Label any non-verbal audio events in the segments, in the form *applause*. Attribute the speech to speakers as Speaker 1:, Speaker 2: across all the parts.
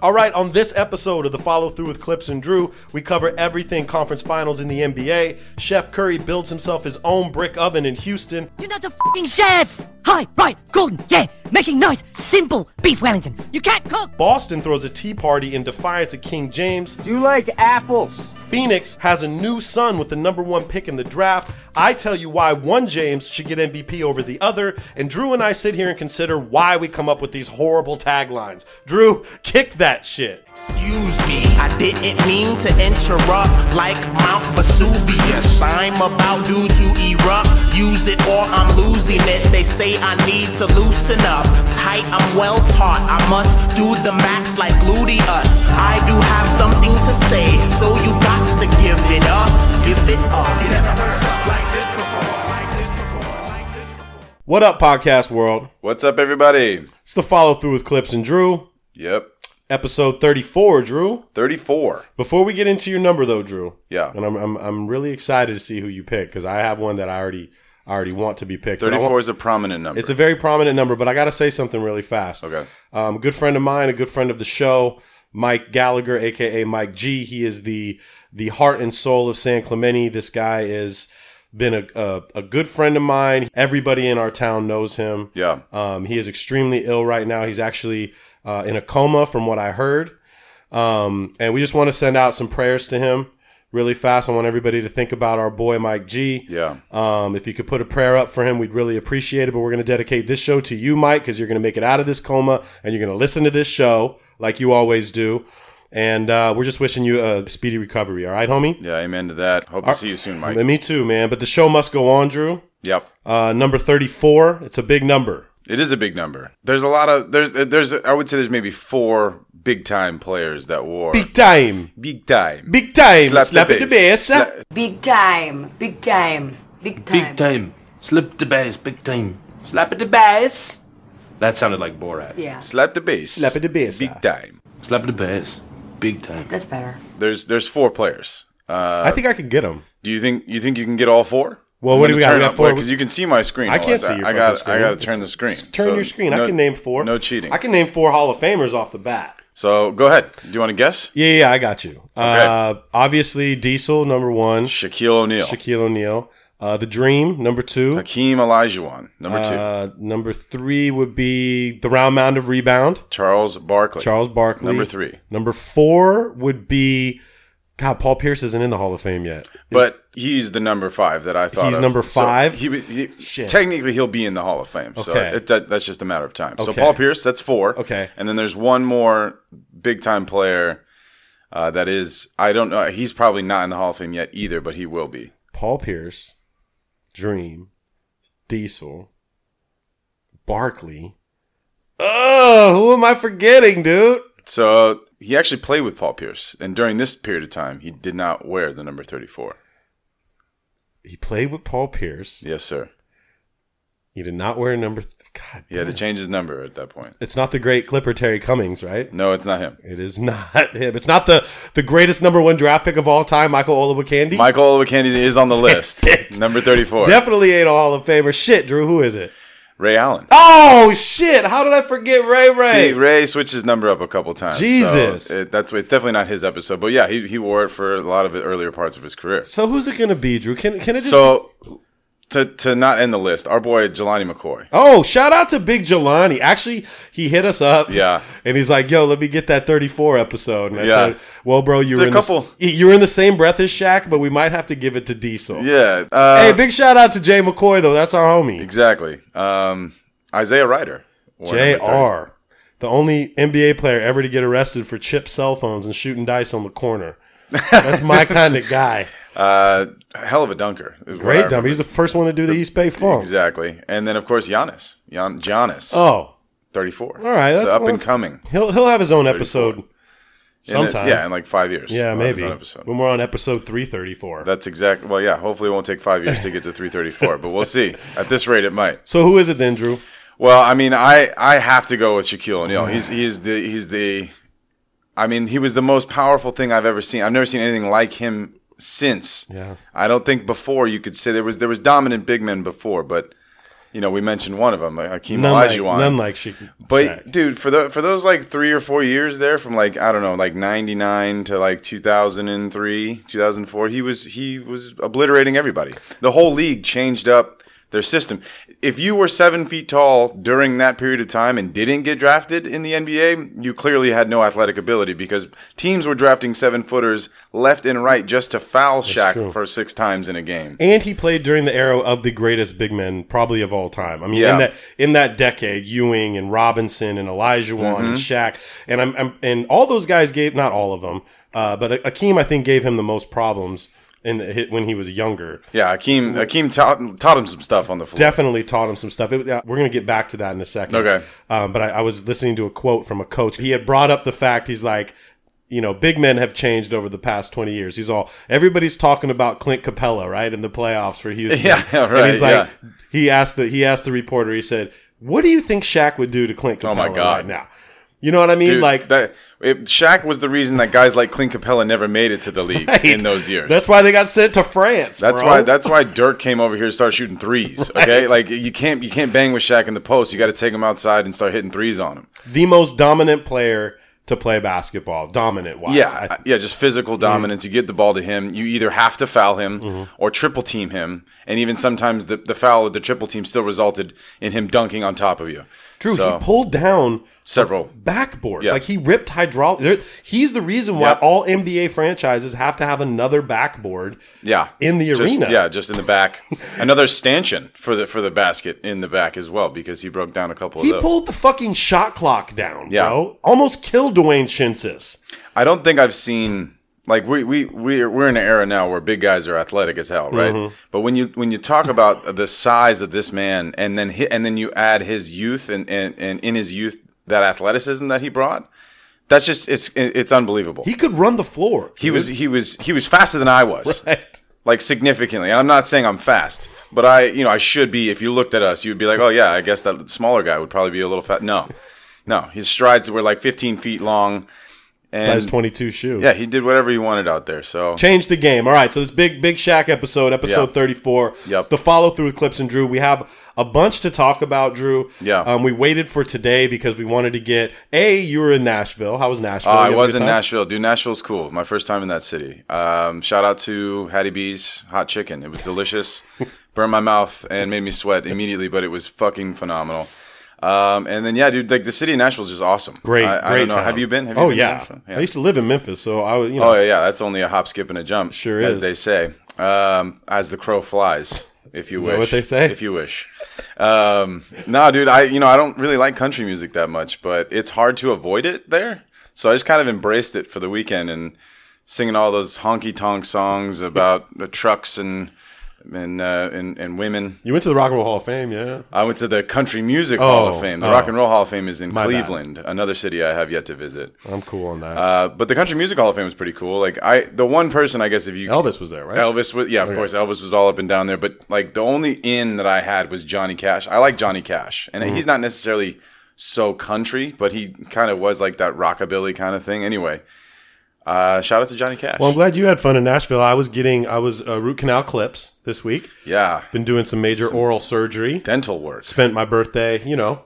Speaker 1: All right, on this episode of the Follow Through with Clips and Drew, we cover everything conference finals in the NBA. Chef Curry builds himself his own brick oven in Houston.
Speaker 2: You're not a fucking chef! Hi, right, Gordon, yeah, making nice, simple beef Wellington. You can't cook!
Speaker 1: Boston throws a tea party in defiance of King James.
Speaker 3: Do you like apples?
Speaker 1: Phoenix has a new son with the number one pick in the draft. I tell you why one James should get MVP over the other, and Drew and I sit here and consider why we come up with these horrible taglines. Drew, kick that shit.
Speaker 4: Excuse me, I didn't mean to interrupt like Mount Vesuvius. I'm about due to erupt. Use it or I'm losing it. They say I need to loosen up. Tight, I'm well taught. I must do the max like gluteus. I do have something to say, so you got to give it up. Give it up. You never heard something like this before. Like this before. Like this before.
Speaker 1: What up, podcast world?
Speaker 5: What's up, everybody?
Speaker 1: It's the Follow Through with Clips and Drew,
Speaker 5: Yep,
Speaker 1: episode 34, Drew.
Speaker 5: 34.
Speaker 1: Before we get into your number, though, Drew.
Speaker 5: Yeah.
Speaker 1: And I'm, I'm, I'm really excited to see who you pick because I have one that I already, I already want to be picked. But I want-
Speaker 5: 34 is a prominent number.
Speaker 1: It's a very prominent number, but I got to say something really fast.
Speaker 5: Okay.
Speaker 1: Um, good friend of mine, a good friend of the show, Mike Gallagher, aka Mike G. He is the the heart and soul of San Clemente. This guy is been a, a, a good friend of mine. Everybody in our town knows him.
Speaker 5: Yeah.
Speaker 1: Um, he is extremely ill right now. He's actually uh, in a coma, from what I heard. Um, and we just want to send out some prayers to him really fast. I want everybody to think about our boy Mike G.
Speaker 5: Yeah.
Speaker 1: Um, if you could put a prayer up for him, we'd really appreciate it. But we're going to dedicate this show to you, Mike, because you're going to make it out of this coma and you're going to listen to this show like you always do. And uh, we're just wishing you a speedy recovery. All right, homie.
Speaker 5: yeah, amen to that. Hope to see you soon, Mike.
Speaker 1: Me too, man. But the show must go on, Drew.
Speaker 5: Yep.
Speaker 1: Uh, number thirty-four. It's a big number.
Speaker 5: It is a big number. There's a lot of there's there's I would say there's maybe four big time players that wore
Speaker 1: Big time.
Speaker 5: big time.
Speaker 1: Big time.
Speaker 5: Slap
Speaker 1: Slap,
Speaker 5: the
Speaker 1: at the
Speaker 5: bass.
Speaker 1: bass.
Speaker 5: Sla-
Speaker 6: Big time, big time, big time.
Speaker 7: Big time. Slip the bass, big time. Slap at the bass. That sounded like Borat.
Speaker 6: Yeah,
Speaker 5: slap the bass.
Speaker 1: Slap at the bass. uh.
Speaker 5: Big time.
Speaker 7: Slap at the bass, big time.
Speaker 6: that's better.
Speaker 5: There's there's four players. Uh,
Speaker 1: I think I could get him.
Speaker 5: do you think you think you can get all four?
Speaker 1: Well, what do we got? We got four.
Speaker 5: Because you can see my screen.
Speaker 1: I
Speaker 5: all
Speaker 1: can't
Speaker 5: that.
Speaker 1: see your
Speaker 5: I
Speaker 1: fucking
Speaker 5: got
Speaker 1: screen.
Speaker 5: I got to turn the
Speaker 1: It's-
Speaker 5: screen.
Speaker 1: it's- Turn
Speaker 5: So,
Speaker 1: your screen.
Speaker 5: no-
Speaker 1: I can name four.
Speaker 5: No cheating.
Speaker 1: I can name four Hall of Famers off the bat.
Speaker 5: So go ahead. Do you want to guess?
Speaker 1: Yeah, yeah, I got you. Uh, obviously, Diesel number one,
Speaker 5: Shaquille O'Neal,
Speaker 1: Shaquille O'Neal. Uh, the Dream number two.
Speaker 5: Hakeem Olajuwon, number two,
Speaker 1: Uh, number three would be the round mound of rebound,
Speaker 5: Charles Barkley,
Speaker 1: Charles Barkley.
Speaker 5: Number three.
Speaker 1: Number four would be God. Paul Pierce isn't in the Hall of Fame yet.
Speaker 5: But he's the number five that I thought
Speaker 1: He's
Speaker 5: of.
Speaker 1: number
Speaker 5: So
Speaker 1: five?
Speaker 5: he, was- he- technically he'll be in the Hall of Fame. So
Speaker 1: Okay.
Speaker 5: it, that, that's just a matter of time. So
Speaker 1: Okay.
Speaker 5: Paul Pierce, that's four.
Speaker 1: Okay.
Speaker 5: and then there's one more big time player uh, that is I don't know. He's probably not in the Hall of Fame yet either, but he will be.
Speaker 1: Paul Pierce, Dream, Diesel, Barkley. Oh, who am I forgetting, dude?
Speaker 5: So he actually played with Paul Pierce, and during this period of time, he did not wear the number thirty-four.
Speaker 1: He played with Paul Pierce.
Speaker 5: Yes, sir.
Speaker 1: He did not wear number. Th- God,
Speaker 5: He had to change his number at that point.
Speaker 1: It's not the great Clipper Terry Cummings, right?
Speaker 5: No, it's not him.
Speaker 1: It is not him. It's not the the greatest number one draft pick of all time, Michael Olawakandy.
Speaker 5: Michael Olowokandi is on the list,
Speaker 1: it.
Speaker 5: number thirty-four.
Speaker 1: Definitely ain't a Hall of Famer. Shit, Drew, who is it?
Speaker 5: Ray Allen.
Speaker 1: Oh shit! How did I forget Ray Ray?
Speaker 5: See, Ray switched his number up a couple times. so
Speaker 1: Jesus.
Speaker 5: it, that's it's definitely not his episode, but yeah, he, he wore it for a lot of the earlier parts of his career.
Speaker 1: so who's it gonna be, Drew? Can can it just?
Speaker 5: So to to not end the list, our boy Jelani McCoy.
Speaker 1: oh, shout out to Big Jelani. Actually, he hit us up.
Speaker 5: Yeah.
Speaker 1: and he's like, "Yo, let me get that 34 episode." And I
Speaker 5: Yeah.
Speaker 1: said, "Well, bro, you're
Speaker 5: a
Speaker 1: in
Speaker 5: couple.
Speaker 1: The, you're in the same breath as Shaq, but we might have to give it to Diesel."
Speaker 5: Yeah, uh,
Speaker 1: Hey, big shout out to Jay McCoy though. That's our homie.
Speaker 5: exactly. Um, Isaiah Ryder. wore number thirty.
Speaker 1: J.R. The only NBA player ever to get arrested for chipped cell phones and shooting dice on the corner. That's
Speaker 5: *laughs*
Speaker 1: my kind of guy.
Speaker 5: Uh, hell of a dunker. is what I
Speaker 1: Great dumb.
Speaker 5: remember.
Speaker 1: He's the first one to do the East Bay Funk.
Speaker 5: Exactly, and then of course Giannis. Gian- Giannis.
Speaker 1: Oh,
Speaker 5: thirty-four.
Speaker 1: all right.
Speaker 5: the up
Speaker 1: well,
Speaker 5: and coming.
Speaker 1: He'll he'll have his own episode
Speaker 5: In it-
Speaker 1: sometime.
Speaker 5: yeah, in like five years.
Speaker 1: yeah,
Speaker 5: Uh, it's
Speaker 1: maybe.
Speaker 5: not episode.
Speaker 1: When we're on episode three thirty four.
Speaker 5: That's exactly. Well, yeah. Hopefully, it won't take five years to get to 334, but we'll see. At this rate, it might.
Speaker 1: So who is it then, Drew?
Speaker 5: Well, I mean, I I have to go with Shaquille O'Neal. He's he's the he's the. I mean, he was the most powerful thing I've ever seen. I've never seen anything like him since.
Speaker 1: Yeah.
Speaker 5: I don't think before you could say there was there was dominant big men before, but you know we mentioned one of them, like Hakeem
Speaker 1: None like,
Speaker 5: Olajuwon.
Speaker 1: none like she.
Speaker 5: But
Speaker 1: Shaq.
Speaker 5: dude, for the for those like three or four years there, from like I don't know, like ninety nine to like two thousand and three, two thousand four, he was he was obliterating everybody. The whole league changed up their system. If you were seven feet tall during that period of time and didn't get drafted in the NBA, you clearly had no athletic ability because teams were drafting seven footers left and right just to foul Shaq
Speaker 1: true.
Speaker 5: for six times in a game.
Speaker 1: and he played during the era of the greatest big men probably of all time. I mean,
Speaker 5: Yeah.
Speaker 1: in that in that decade, Ewing and Robinson and Elijah Wan and Shaq and I'm, I'm and all those guys gave not all of them, uh, but Akeem I think gave him the most problems in the, hit when he was younger.
Speaker 5: Yeah, Akeem Akeem taught, taught him some stuff on the floor.
Speaker 1: Definitely taught him some stuff. It- yeah, we're going to get back to that in a second.
Speaker 5: Okay.
Speaker 1: Um, but I, I was listening to a quote from a coach. He had brought up the fact he's like, you know, big men have changed over the past 20 years. He's all, everybody's talking about Clint Capella, right? In the playoffs for Houston.
Speaker 5: Yeah, right,
Speaker 1: And he's like, he asked the, he asked the reporter, he said, what do you think Shaq would do to Clint Capella
Speaker 5: Oh my God.
Speaker 1: right now? You know what I mean?
Speaker 5: Dude,
Speaker 1: like,
Speaker 5: that, it, Shaq was the reason that guys like Clint Capella never made it to the league in those years.
Speaker 1: that's why they got sent to France.
Speaker 5: That's
Speaker 1: bro.
Speaker 5: why that's why Dirk came over here and started shooting threes.
Speaker 1: *laughs*
Speaker 5: Okay, like you can't you can't bang with Shaq in the post. You got to take him outside and start hitting threes on him.
Speaker 1: the most dominant player to play basketball, dominant wise.
Speaker 5: Yeah, I- yeah, just physical dominance. You get the ball to him. You either have to foul him
Speaker 1: Mm-hmm.
Speaker 5: or triple team him, and even sometimes the the foul or the triple team still resulted in him dunking on top of you.
Speaker 1: Drew,
Speaker 5: So,
Speaker 1: he pulled down
Speaker 5: several.
Speaker 1: backboards.
Speaker 5: Yes.
Speaker 1: Like he ripped hydraulic. there- He's the reason why
Speaker 5: Yep.
Speaker 1: all NBA franchises have to have another backboard.
Speaker 5: Yeah,
Speaker 1: in the
Speaker 5: Just-
Speaker 1: arena.
Speaker 5: yeah, just in the back.
Speaker 1: *laughs*
Speaker 5: Another stanchion for the for the basket in the back as well because he broke down a couple
Speaker 1: He
Speaker 5: of those.
Speaker 1: pulled the fucking shot clock down,
Speaker 5: Yeah.
Speaker 1: bro. Almost killed Dwayne Chinsis.
Speaker 5: I don't think I've seen like we we we're, we're in an era now where big guys are athletic as hell, right?
Speaker 1: Mm-hmm.
Speaker 5: But when you when you talk about the size of this man, and then hi and then you add his youth and, and and in his youth that athleticism that he brought, that's just it's it's unbelievable.
Speaker 1: He could run the floor.
Speaker 5: he was he was he was faster than I was.
Speaker 1: *laughs* Right.
Speaker 5: Like significantly, and I'm not saying I'm fast, but I, you know, I should be. If you looked at us, you'd be like, "Oh yeah, I guess that smaller guy would probably be a little fat." No, no, his strides were like 15 feet long, and
Speaker 1: Size 22 shoe.
Speaker 5: yeah, he did whatever he wanted out there. So
Speaker 1: Change the game. All right, so this big big Shaq episode, episode
Speaker 5: Yeah.
Speaker 1: 34.
Speaker 5: Yep.
Speaker 1: It's the follow through with clips and Drew. We have a bunch to talk about, Drew.
Speaker 5: Yeah.
Speaker 1: Um, we waited for today because we wanted to get A, you were in Nashville. How was Nashville?
Speaker 5: Uh,
Speaker 1: You
Speaker 5: I
Speaker 1: have a
Speaker 5: was
Speaker 1: good
Speaker 5: in
Speaker 1: time?
Speaker 5: Nashville. Dude, Nashville's cool. My first time in that city. Um, shout out to Hattie B's hot chicken. It was
Speaker 1: *laughs*
Speaker 5: delicious. Burned my mouth and made me sweat immediately, but it was fucking phenomenal. Um, and then yeah, dude, like the city of Nashville is just awesome.
Speaker 1: Great,
Speaker 5: I,
Speaker 1: great.
Speaker 5: I don't know.
Speaker 1: town.
Speaker 5: Have you been? Have you
Speaker 1: oh
Speaker 5: been to
Speaker 1: yeah.
Speaker 5: Nashville?
Speaker 1: I used to live in Memphis, so I was. You know,
Speaker 5: Oh yeah, yeah, that's only a hop, skip, and a jump.
Speaker 1: Sure
Speaker 5: as
Speaker 1: is.
Speaker 5: they say, um, as the crow flies. If you wish,
Speaker 1: that what they say?
Speaker 5: If you wish, um, nah, dude. I you know I don't really like country music that much, but it's hard to avoid it there. So I just kind of embraced it for the weekend and singing all those honky tonk songs about the trucks and and, uh, and and women.
Speaker 1: You went to the Rock and Roll Hall of Fame, yeah.
Speaker 5: I went to the Country Music Hall
Speaker 1: Oh,
Speaker 5: of Fame. The
Speaker 1: oh.
Speaker 5: Rock and Roll Hall of Fame is in
Speaker 1: bad. Oh,
Speaker 5: Cleveland, another city I have yet to visit.
Speaker 1: I'm cool on that.
Speaker 5: Uh, but the Country Music Hall of Fame was pretty cool. Like I, the one person I guess if you
Speaker 1: Elvis was there, right?
Speaker 5: Elvis was yeah, of course Elvis was all up and down there. But like the only in that I had was Johnny Cash. I like Johnny Cash, and
Speaker 1: Mm-hmm.
Speaker 5: he's not necessarily so country, but he kind of was like that rockabilly kind of thing. Anyway, Uh, shout out to Johnny Cash.
Speaker 1: Well, I'm glad you had fun in Nashville. I was getting I was uh, root canal clips this week.
Speaker 5: yeah,
Speaker 1: Been doing some major oral surgery.
Speaker 5: dental work.
Speaker 1: Spent my birthday, you know,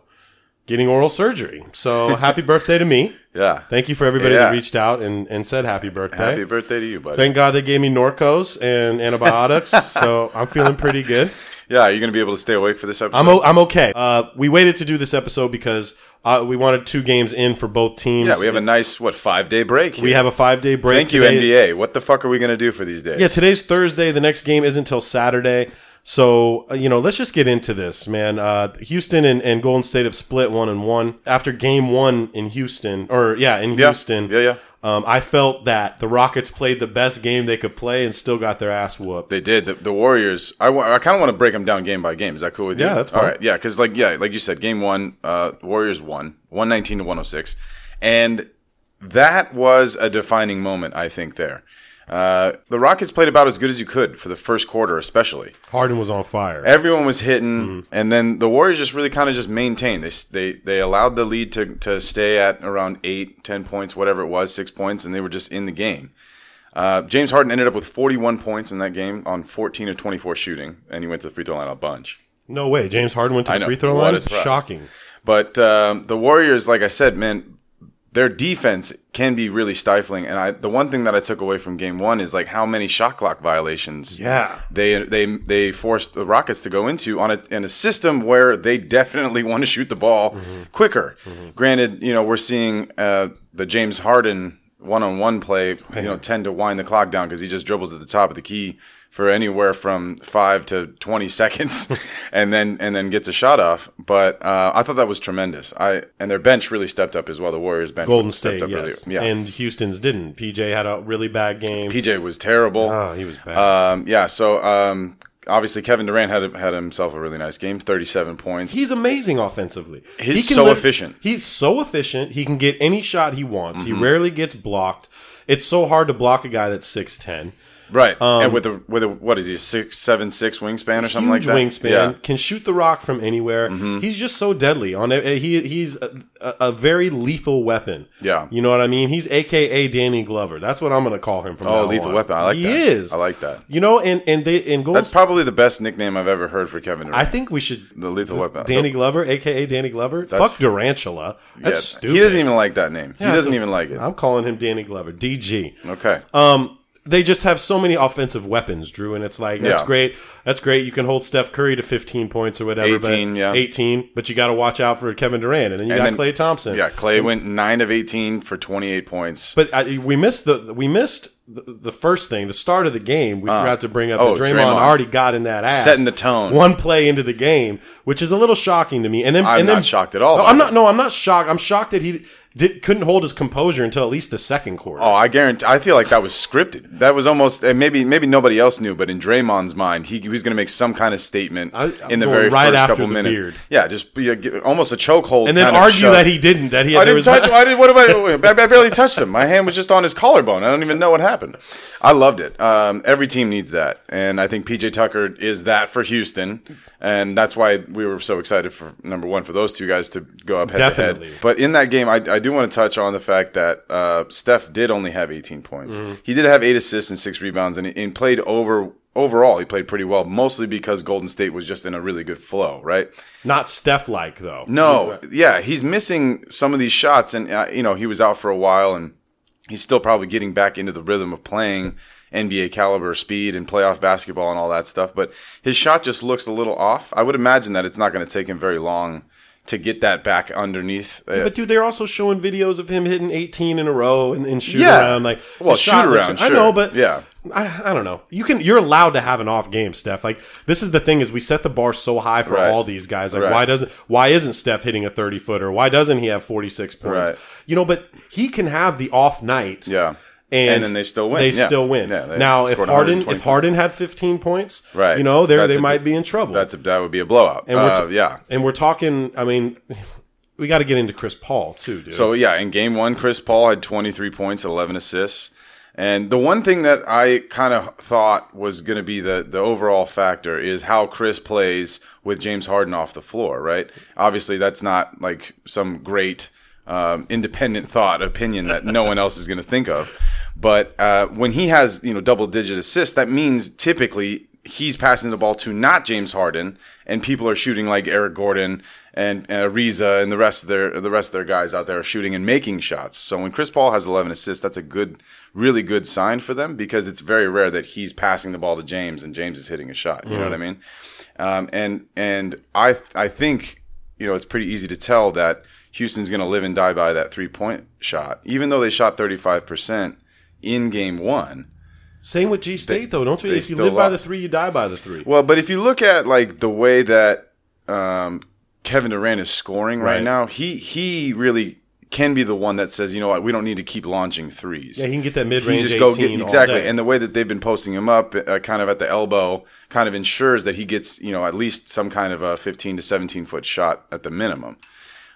Speaker 1: getting oral surgery.
Speaker 5: *laughs*
Speaker 1: So happy birthday to me.
Speaker 5: Yeah,
Speaker 1: Thank you for everybody
Speaker 5: Yeah.
Speaker 1: that reached out and, and said happy birthday.
Speaker 5: happy birthday to you, buddy.
Speaker 1: Thank God they gave me Norcos and
Speaker 5: *laughs*
Speaker 1: antibiotics, so I'm feeling pretty good.
Speaker 5: yeah, you're gonna be able to stay awake for this episode.
Speaker 1: I'm o- I'm okay. Uh, we waited to do this episode because uh, we wanted two games in for both teams.
Speaker 5: yeah, we have a nice what five day break. Here.
Speaker 1: we have a five day break.
Speaker 5: Thank you,
Speaker 1: today.
Speaker 5: NDA. What the fuck are we gonna do for these days?
Speaker 1: Yeah, today's Thursday. The next game isn't until Saturday. So, uh, you know, let's just get into this, man. Uh, Houston and, and Golden State have split one and one. After game one in Houston, or yeah, in
Speaker 5: Yeah.
Speaker 1: Houston.
Speaker 5: Yeah, yeah.
Speaker 1: Um, I felt that the Rockets played the best game they could play and still got their ass whooped.
Speaker 5: They did. The, the Warriors. I, wa- I kind of want to break them down game by game. Is that cool with you?
Speaker 1: Yeah, that's
Speaker 5: All
Speaker 1: fine.
Speaker 5: right. Yeah, because like yeah, like you said, game one, uh, Warriors won, one nineteen to one hundred six, and that was a defining moment. I think there, uh, the Rockets played about as good as you could for the first quarter, especially.
Speaker 1: Harden was on fire.
Speaker 5: Everyone was hitting, and then the Warriors just really kind of just maintained. They s- they they allowed the lead to to stay at around eight, ten points, whatever it was, six points, and they were just in the game. Uh, James Harden ended up with 41 points in that game on 14 of 24 shooting, and he went to the free throw line a bunch.
Speaker 1: no way. James Harden went to
Speaker 5: I
Speaker 1: the
Speaker 5: know.
Speaker 1: free throw
Speaker 5: What
Speaker 1: line.
Speaker 5: a surprise.
Speaker 1: Shocking.
Speaker 5: But um, the Warriors, like I said, man, their defense can be really stifling. And I, the one thing that I took away from Game One is like how many shot clock violations.
Speaker 1: Yeah.
Speaker 5: they they they forced the Rockets to go into on a, in a system where they definitely *laughs* want to shoot the ball
Speaker 1: Mm-hmm.
Speaker 5: quicker. Granted, you know we're seeing uh, the James Harden one-on-one play, you know, tend to wind the clock down because he just dribbles at the top of the key for anywhere from five to twenty
Speaker 1: *laughs*
Speaker 5: *laughs* seconds, and then and then gets a shot off. But uh, I thought that was tremendous. I and their bench really stepped up as well. The Warriors bench
Speaker 1: Golden
Speaker 5: stepped
Speaker 1: State,
Speaker 5: up really-
Speaker 1: yes.
Speaker 5: yeah.
Speaker 1: And Houston's didn't. PJ had a really bad game.
Speaker 5: PJ was terrible.
Speaker 1: Oh, he was bad.
Speaker 5: Um, yeah, so um, obviously Kevin Durant had had himself a really nice game, 37 points.
Speaker 1: He's amazing offensively.
Speaker 5: He's
Speaker 1: He can
Speaker 5: so efficient. Mm-hmm.
Speaker 1: He's so efficient. He can get any shot he wants. He rarely gets blocked. It's so hard to block a guy that's six ten.
Speaker 5: right, and with a with a what is he six seven six wingspan or something like
Speaker 1: Um, Huge
Speaker 5: that?
Speaker 1: wingspan.
Speaker 5: Yeah. Mm-hmm.
Speaker 1: Can shoot the rock from anywhere. He's just so deadly. On it. he he's a, a, a very lethal weapon.
Speaker 5: Yeah.
Speaker 1: you know what I mean. He's AKA Danny Glover. That's what I'm going to call him from. now
Speaker 5: Oh, lethal
Speaker 1: on.
Speaker 5: weapon. I like
Speaker 1: he
Speaker 5: that.
Speaker 1: is.
Speaker 5: I like that.
Speaker 1: You know, and and they and Golden.
Speaker 5: That's probably the best nickname I've ever heard for Kevin
Speaker 1: I
Speaker 5: Durant.
Speaker 1: think we should.
Speaker 5: the lethal weapon.
Speaker 1: Danny Glover, aka Danny Glover.
Speaker 5: That's-
Speaker 1: Fuck Durantula.
Speaker 5: Yeah,
Speaker 1: That's stupid.
Speaker 5: He doesn't even like that name. he doesn't even like it.
Speaker 1: I'm calling him Danny Glover, DG.
Speaker 5: okay.
Speaker 1: Um, they just have so many offensive weapons, Drew, and it's like that's
Speaker 5: Yeah.
Speaker 1: great. That's great. You can hold Steph Curry to 15 points or whatever.
Speaker 5: 18,
Speaker 1: but
Speaker 5: yeah.
Speaker 1: 18. But you got to watch out for Kevin Durant, and then you
Speaker 5: And
Speaker 1: got
Speaker 5: then-
Speaker 1: Clay Thompson.
Speaker 5: yeah, Clay went 9 of 18 for 28 points.
Speaker 1: But I, we missed the we missed the, the first thing, the start of the game. We forgot to bring up
Speaker 5: Oh,
Speaker 1: that Draymond,
Speaker 5: Draymond.
Speaker 1: already got in that ass,
Speaker 5: Setting the tone.
Speaker 1: One play into the game, which is a little shocking to me. And then
Speaker 5: I'm
Speaker 1: and then,
Speaker 5: not shocked at all
Speaker 1: No,
Speaker 5: by
Speaker 1: I'm
Speaker 5: that.
Speaker 1: not. No, I'm not shocked. I'm shocked that he did, couldn't hold his composure until at least the second quarter.
Speaker 5: Oh, I guarantee. I feel like that was scripted. That was almost and maybe maybe nobody else knew, but in Draymond's mind, he, he was going to make some kind of statement
Speaker 1: I- I'm
Speaker 5: in the
Speaker 1: going
Speaker 5: very
Speaker 1: right
Speaker 5: first
Speaker 1: after
Speaker 5: couple
Speaker 1: the
Speaker 5: minutes.
Speaker 1: beard.
Speaker 5: Yeah, just be a- get- almost a chokehold,
Speaker 1: and then
Speaker 5: kind of
Speaker 1: argue
Speaker 5: shove.
Speaker 1: that he didn't. That he had,
Speaker 5: I
Speaker 1: there
Speaker 5: didn't
Speaker 1: was
Speaker 5: touch. I didn't. What about? I, I barely touched him. My hand was just on his collarbone. I don't even know what happened. I loved it. Um, every team needs that, and I think PJ Tucker is that for Houston, and that's why we were so excited for number one for those two guys to go up head to
Speaker 1: Definitely.
Speaker 5: head. But in that game, I, I do want to touch on the fact that uh, Steph did only have 18 points.
Speaker 1: Mm-hmm.
Speaker 5: He did have eight assists and six rebounds, and, and played over. Overall, he played pretty well, mostly because Golden State was just in a really good flow, right?
Speaker 1: not Steph like though.
Speaker 5: No, yeah, he's missing some of these shots, and uh, you know he was out for a while, and he's still probably getting back into the rhythm of playing NBA caliber speed and playoff basketball and all that stuff. But his shot just looks a little off. I would imagine that it's not going to take him very long to get that back underneath. uh,
Speaker 1: But dude, they're also showing videos of him hitting 18 in a row and, and shoot
Speaker 5: Yeah.
Speaker 1: around like
Speaker 5: Well,
Speaker 1: the shot
Speaker 5: shoot
Speaker 1: looks-
Speaker 5: around,
Speaker 1: I know,
Speaker 5: sure.
Speaker 1: but
Speaker 5: Yeah.
Speaker 1: I, I don't know. You can you're allowed to have an off game, Steph. Like this is the thing is we set the bar so high for
Speaker 5: Right.
Speaker 1: all these guys. Like
Speaker 5: Right.
Speaker 1: why doesn't why isn't Steph hitting a 30 footer? Why doesn't he have 46 points?
Speaker 5: Right.
Speaker 1: You know, but he can have the off night.
Speaker 5: Yeah.
Speaker 1: And,
Speaker 5: And then they still win.
Speaker 1: They
Speaker 5: Yeah.
Speaker 1: still win.
Speaker 5: Yeah, they
Speaker 1: now, if
Speaker 5: scored
Speaker 1: Harden
Speaker 5: 120
Speaker 1: if Harden had 15 points,
Speaker 5: Right.
Speaker 1: you know, they
Speaker 5: That's
Speaker 1: they
Speaker 5: a-
Speaker 1: might be in trouble.
Speaker 5: that's a, that would be a blowout.
Speaker 1: And we're
Speaker 5: Uh,
Speaker 1: t-
Speaker 5: yeah.
Speaker 1: And we're talking. I mean, we got to get into Chris Paul too, dude.
Speaker 5: So yeah, in game one, Chris Paul had 23 points, 11 assists, and the one thing that I kind of thought was going to be the the overall factor is how Chris plays with James Harden off the floor. Right? Obviously, that's not like some great um, independent thought opinion that no one else is going to think of. But uh, when he has you know double digit assists, that means typically he's passing the ball to not James Harden, and people are shooting like Eric Gordon and uh, Ariza and the rest of their the rest of their guys out there are shooting and making shots. So when Chris Paul has 11 assists, that's a good, really good sign for them because it's very rare that he's passing the ball to James and James is hitting a shot. You know what I mean? Um, and and I I think you know it's pretty easy to tell that Houston's going to live and die by that three point shot, even though they shot 35 percent in game one.
Speaker 1: Same with G State though, don't you?
Speaker 5: they
Speaker 1: If you
Speaker 5: still
Speaker 1: live by the
Speaker 5: lost.
Speaker 1: three, you die by the three.
Speaker 5: Well, but if you look at like the way that um, Kevin Durant is scoring right,
Speaker 1: Right.
Speaker 5: now, he he really can be the one that says, you know what, we don't need to keep launching threes.
Speaker 1: Yeah, he can get that
Speaker 5: He
Speaker 1: mid-range
Speaker 5: just go
Speaker 1: 18 all
Speaker 5: exactly,
Speaker 1: day.
Speaker 5: and the way that they've been posting him up, uh, kind of at the elbow, kind of ensures that he gets you know at least some kind of a fifteen to seventeen foot shot at the minimum.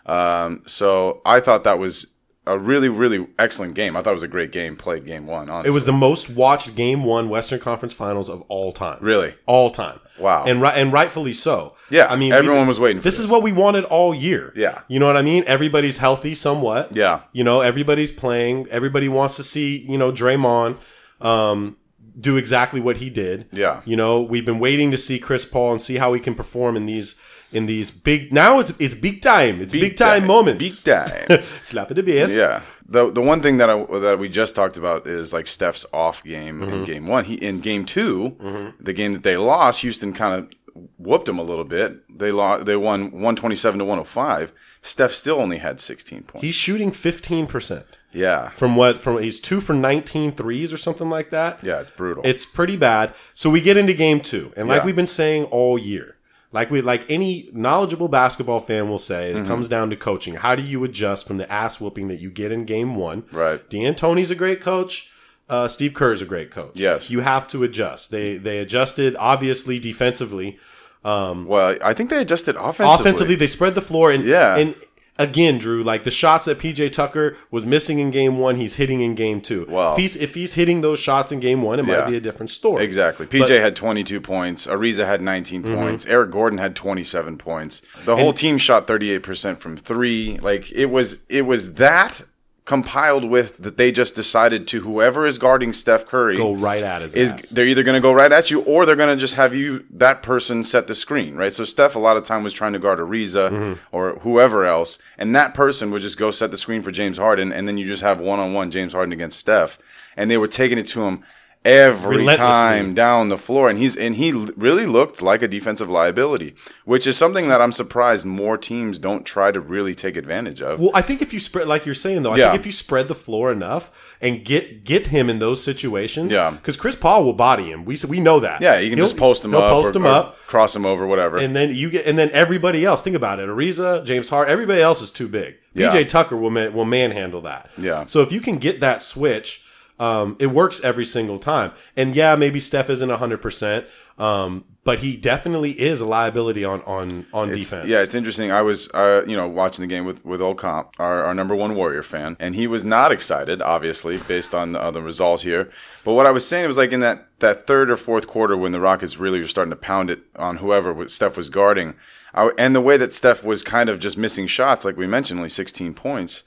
Speaker 5: Um, so I thought that was a really really excellent game. I thought it was a great game played game one. Honestly.
Speaker 1: It was the most watched game one Western Conference Finals of all time.
Speaker 5: Really?
Speaker 1: all time.
Speaker 5: Wow.
Speaker 1: and right and rightfully so.
Speaker 5: Yeah,
Speaker 1: we-
Speaker 5: everyone was waiting for
Speaker 1: this
Speaker 5: this.
Speaker 1: is what we wanted all year.
Speaker 5: Yeah.
Speaker 1: you know what I mean. Everybody's healthy, somewhat.
Speaker 5: Yeah.
Speaker 1: you know everybody's playing. Everybody wants to see you know Draymond. Um, do exactly what he did.
Speaker 5: Yeah.
Speaker 1: You know, we've been waiting to see Chris Paul and see how he can perform in these in these big now it's it's big time. It's big, time, moments.
Speaker 5: Big time.
Speaker 1: *laughs* Slap it to BS.
Speaker 5: Yeah. The the one thing that I that we just talked about is like Steph's off game in game one. He in game 2 the game that they lost, Houston kind of whooped them a little bit. They lost. They won one twenty seven to one hundred five. Steph still only had sixteen points.
Speaker 1: He's shooting fifteen percent.
Speaker 5: yeah.
Speaker 1: from what from he's two for 19 threes or something like that.
Speaker 5: Yeah, it's brutal.
Speaker 1: It's pretty bad. So we get into game two, and like
Speaker 5: Yeah.
Speaker 1: we've been saying all year, like we like any knowledgeable basketball fan will say,
Speaker 5: Mm-hmm.
Speaker 1: it comes down to coaching. How do you adjust from the ass whooping that you get in game one?
Speaker 5: Right.
Speaker 1: D'Antoni's a great coach. Uh, Steve Kerr's a great coach.
Speaker 5: Yes.
Speaker 1: you have to adjust. They they adjusted obviously defensively.
Speaker 5: well, I think they adjusted offensively.
Speaker 1: Offensively, they spread the floor and
Speaker 5: Yeah.
Speaker 1: and again, Drew, like the shots that PJ Tucker was missing in game one, he's hitting in game two.
Speaker 5: Wow.
Speaker 1: If he's, if he's hitting those shots in game one, it
Speaker 5: Yeah.
Speaker 1: might be a different story.
Speaker 5: Exactly. PJ had 22 points. Ariza had 19 points. Eric Gordon had 27 points. The whole team shot 38% from 3. Like it was it was that compiled with that they just decided to whoever is guarding Steph Curry
Speaker 1: Go right at his
Speaker 5: is
Speaker 1: ass.
Speaker 5: they're either going to go right at you or they're going to just have you that person set the screen, right? So Steph a lot of time was trying to guard Ariza
Speaker 1: Mm-hmm.
Speaker 5: or whoever else, and that person would just go set the screen for James Harden, and then you just have one on one James Harden against Steph, and they were taking it to him every
Speaker 1: Relentlessly.
Speaker 5: time down the floor, and he's and he l- really looked like a defensive liability, which is something that I'm surprised more teams don't try to really take advantage of.
Speaker 1: Well, I think if you spread, like you're saying though, I
Speaker 5: Yeah.
Speaker 1: think if you spread the floor enough and get get him in those situations,
Speaker 5: Yeah.
Speaker 1: because Chris Paul will body him. We s- we know that.
Speaker 5: yeah, you can
Speaker 1: He'll-
Speaker 5: just post them
Speaker 1: he'll
Speaker 5: up,
Speaker 1: post
Speaker 5: or,
Speaker 1: him
Speaker 5: or
Speaker 1: up,
Speaker 5: cross them over, whatever.
Speaker 1: and then you get, and then everybody else. Think about it: Ariza, James Hart, everybody else is too big.
Speaker 5: Yeah.
Speaker 1: PJ Tucker will man, will manhandle that.
Speaker 5: Yeah.
Speaker 1: So if you can get that switch, um, it works every single time. And yeah, maybe Steph isn't hundred percent, um, but he definitely is a liability on on on
Speaker 5: It's-
Speaker 1: defense.
Speaker 5: Yeah, it's interesting. I was, uh, you know, watching the game with with old comp, our, our number one Warrior fan, and he was not excited, obviously, based on uh, the result here. But what I was saying was like in that that third or fourth quarter when the Rockets really were starting to pound it on whoever was- Steph was guarding, I, and the way that Steph was kind of just missing shots, like we mentioned, only 16 points.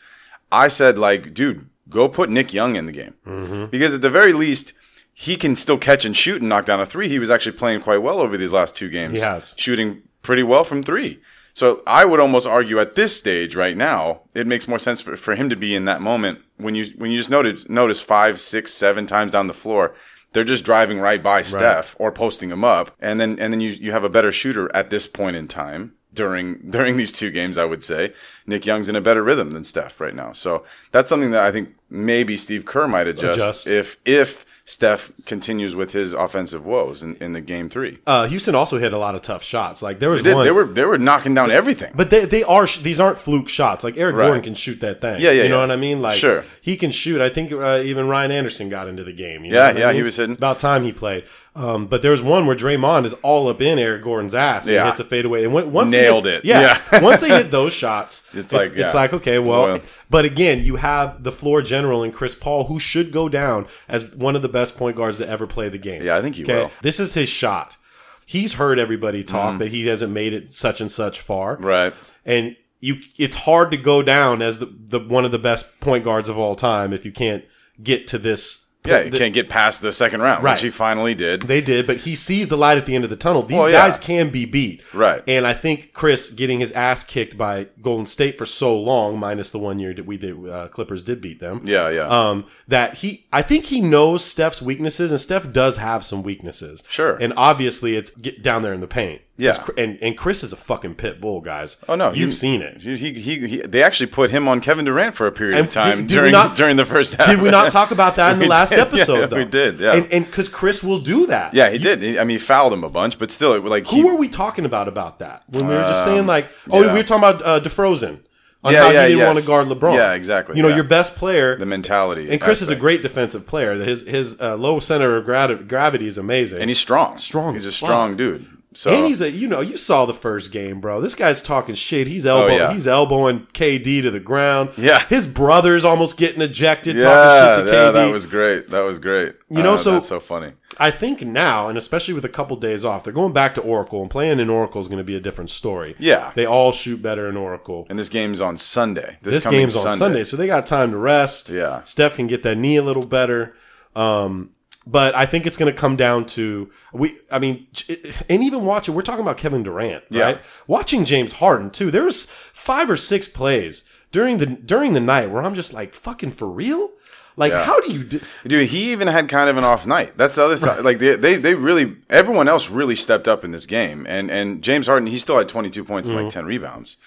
Speaker 5: I said, like, dude, go put Nick Young in the game
Speaker 1: Mm-hmm.
Speaker 5: because at the very least. He can still catch and shoot and knock down a three. He was actually playing quite well over these last two games.
Speaker 1: He has.
Speaker 5: Shooting pretty well from three. So I would almost argue at this stage right now, it makes more sense for, for him to be in that moment when you when you just notice notice five, six, seven times down the floor, they're just driving right by Steph or posting him up, and then and then you you have a better shooter at this point in time during *laughs* during these two games. I would say Nick Young's in a better rhythm than Steph right now, so that's something that I think maybe Steve Kerr might adjust,
Speaker 1: Adjust.
Speaker 5: if if Steph continues with his offensive woes in, in the game three.
Speaker 1: Uh, Houston also hit a lot of tough shots. Like there was
Speaker 5: They,
Speaker 1: one.
Speaker 5: they were they were knocking down everything.
Speaker 1: But they, they are sh- these aren't fluke shots. Like Eric
Speaker 5: Right.
Speaker 1: Gordon can shoot that thing.
Speaker 5: Yeah, yeah,
Speaker 1: You know
Speaker 5: yeah.
Speaker 1: what I mean? Like
Speaker 5: Sure.
Speaker 1: he can shoot. I think uh, even Ryan Anderson got into the game. you know
Speaker 5: Yeah,
Speaker 1: what I
Speaker 5: yeah,
Speaker 1: mean?
Speaker 5: he was hitting.
Speaker 1: It's about time he played. Um, but there was one where Draymond is all up in Eric Gordon's ass. And
Speaker 5: Yeah.
Speaker 1: yeah, hits a fadeaway and when- once they
Speaker 5: Nailed
Speaker 1: hit-
Speaker 5: it.
Speaker 1: Yeah,
Speaker 5: Yeah.
Speaker 1: *laughs* once they hit those shots,
Speaker 5: *laughs* It's like,
Speaker 1: it's,
Speaker 5: yeah.
Speaker 1: like okay, well,
Speaker 5: Well.
Speaker 1: But again, you have the floor general in Chris Paul, who should go down as one of the best point guards to ever play the game.
Speaker 5: Yeah, I think he will.
Speaker 1: This is his shot. He's heard everybody talk that he hasn't made it such and such far
Speaker 5: Mm. Right.
Speaker 1: and you it's hard to go down as the, the one of the best point guards of all time if you can't get to this
Speaker 5: Yeah, you can't get past the second round,
Speaker 1: Right.
Speaker 5: which he finally did.
Speaker 1: They did, but he sees the light at the end of the tunnel. These
Speaker 5: Well, Oh, yeah.
Speaker 1: guys can be beat.
Speaker 5: Right.
Speaker 1: And I think Chris getting his ass kicked by Golden State for so long, minus the one year that we did, uh, Clippers did beat them.
Speaker 5: Yeah, yeah.
Speaker 1: Um, that he, I think he knows Steph's weaknesses, and Steph does have some weaknesses.
Speaker 5: Sure.
Speaker 1: And obviously, it's get down there in the paint.
Speaker 5: Yeah.
Speaker 1: 'Cause Chr- And, and Chris is a fucking pit bull, guys.
Speaker 5: oh no,
Speaker 1: You've
Speaker 5: he-
Speaker 1: seen it.
Speaker 5: He, he, he, he- they actually put him on Kevin Durant for a period
Speaker 1: And
Speaker 5: of time
Speaker 1: did- did we
Speaker 5: during
Speaker 1: not-
Speaker 5: during the first half.
Speaker 1: Did we not talk about
Speaker 5: *laughs*
Speaker 1: that in the
Speaker 5: We
Speaker 1: last
Speaker 5: did, yeah,
Speaker 1: episode? though?
Speaker 5: we did, yeah.
Speaker 1: and and because Chris will do that.
Speaker 5: yeah, he did. He- I mean, he fouled him a bunch, but still, it, like
Speaker 1: Who
Speaker 5: he,
Speaker 1: were we talking about about that when we were just saying like, oh,
Speaker 5: Um, yeah.
Speaker 1: we were talking about uh, DeFrozen on
Speaker 5: Yeah,
Speaker 1: how
Speaker 5: yeah,
Speaker 1: he didn't
Speaker 5: yes.
Speaker 1: want to guard LeBron.
Speaker 5: Yeah, exactly,
Speaker 1: You know,
Speaker 5: yeah.
Speaker 1: your best player.
Speaker 5: the mentality.
Speaker 1: and Chris is a
Speaker 5: aspect.
Speaker 1: great defensive player. His his uh, low center of gravi- gravity is amazing,
Speaker 5: and he's strong.
Speaker 1: Strong
Speaker 5: He's a
Speaker 1: as
Speaker 5: strong
Speaker 1: fuck.
Speaker 5: dude. So
Speaker 1: And he's a you know you saw the first game, bro. This guy's talking shit. He's elbow
Speaker 5: Oh, yeah.
Speaker 1: he's elbowing KD to the ground.
Speaker 5: Yeah.
Speaker 1: his brother's almost getting ejected.
Speaker 5: yeah,
Speaker 1: talking shit to
Speaker 5: yeah,
Speaker 1: KD.
Speaker 5: that was great. That was great.
Speaker 1: You know,
Speaker 5: Uh,
Speaker 1: so-
Speaker 5: that's so funny.
Speaker 1: I think now, and especially with a couple days off, they're going back to Oracle, and playing in Oracle is going to be a different story.
Speaker 5: Yeah.
Speaker 1: they all shoot better in Oracle.
Speaker 5: And this game's on Sunday. This,
Speaker 1: this
Speaker 5: coming
Speaker 1: game's on
Speaker 5: Sunday.
Speaker 1: Sunday. so they got time to rest.
Speaker 5: Yeah.
Speaker 1: Steph can get that knee a little better. Um, but I think it's going to come down to we. I mean, j- and even watching, we're talking about Kevin Durant, right?
Speaker 5: Yeah.
Speaker 1: Watching James Harden too. There was five or six plays during the during the night where I'm just like, fucking for real. Like,
Speaker 5: Yeah.
Speaker 1: how do you? Do-
Speaker 5: Dude, he even had kind of an off night. That's the other thing. Like they, they, they really, everyone else really stepped up in this game. And and James Harden, he still had 22 points and like
Speaker 1: Mm-hmm.
Speaker 5: 10 rebounds.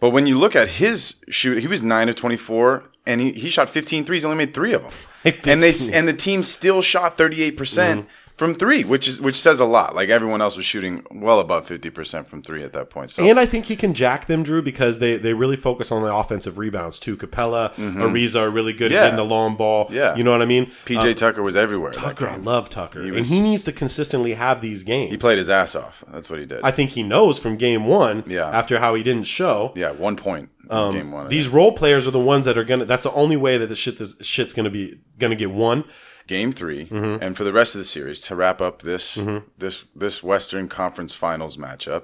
Speaker 5: But when you look at his shoot, he was nine of 24, and he, he shot 15 threes. Only made three of
Speaker 1: *laughs*
Speaker 5: them. and they s- and the team still shot 38 percent
Speaker 1: Mm-hmm.
Speaker 5: from three, which is which says a lot. Like everyone else was shooting well above 50 percent from three at that point. So
Speaker 1: And I think he can jack them, Drew, because they, they really focus on the offensive rebounds too. Capella, Ariza are really good
Speaker 5: Mm-hmm. Yeah.
Speaker 1: at getting the long ball.
Speaker 5: Yeah.
Speaker 1: you know what I mean.
Speaker 5: PJ Tucker was everywhere. that
Speaker 1: Uh, Tucker, I
Speaker 5: game.
Speaker 1: love Tucker, and
Speaker 5: was-
Speaker 1: he needs to consistently have these games.
Speaker 5: He played his ass off. That's what he did.
Speaker 1: I think he knows from game one.
Speaker 5: Yeah.
Speaker 1: After how he didn't show.
Speaker 5: yeah, Oh, one point in game one. I
Speaker 1: Um, These role players are the ones that are gonna. That's the only way that the shit this shit's gonna be gonna get won.
Speaker 5: game 3
Speaker 1: Mm-hmm.
Speaker 5: and for the rest of the series to wrap up this this this Western Conference Finals matchup.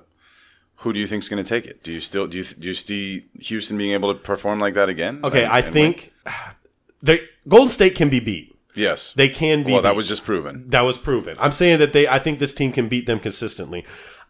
Speaker 5: Who do you think's going to take it? Do you still do you do you see Houston being able to perform like that again?
Speaker 1: Okay,
Speaker 5: And-
Speaker 1: I
Speaker 5: and
Speaker 1: think *sighs* they Golden State can be beat.
Speaker 5: win? yes,
Speaker 1: They can be.
Speaker 5: Well, that
Speaker 1: beat.
Speaker 5: was just proven.
Speaker 1: that was proven. I'm saying that they. I think this team can beat them consistently.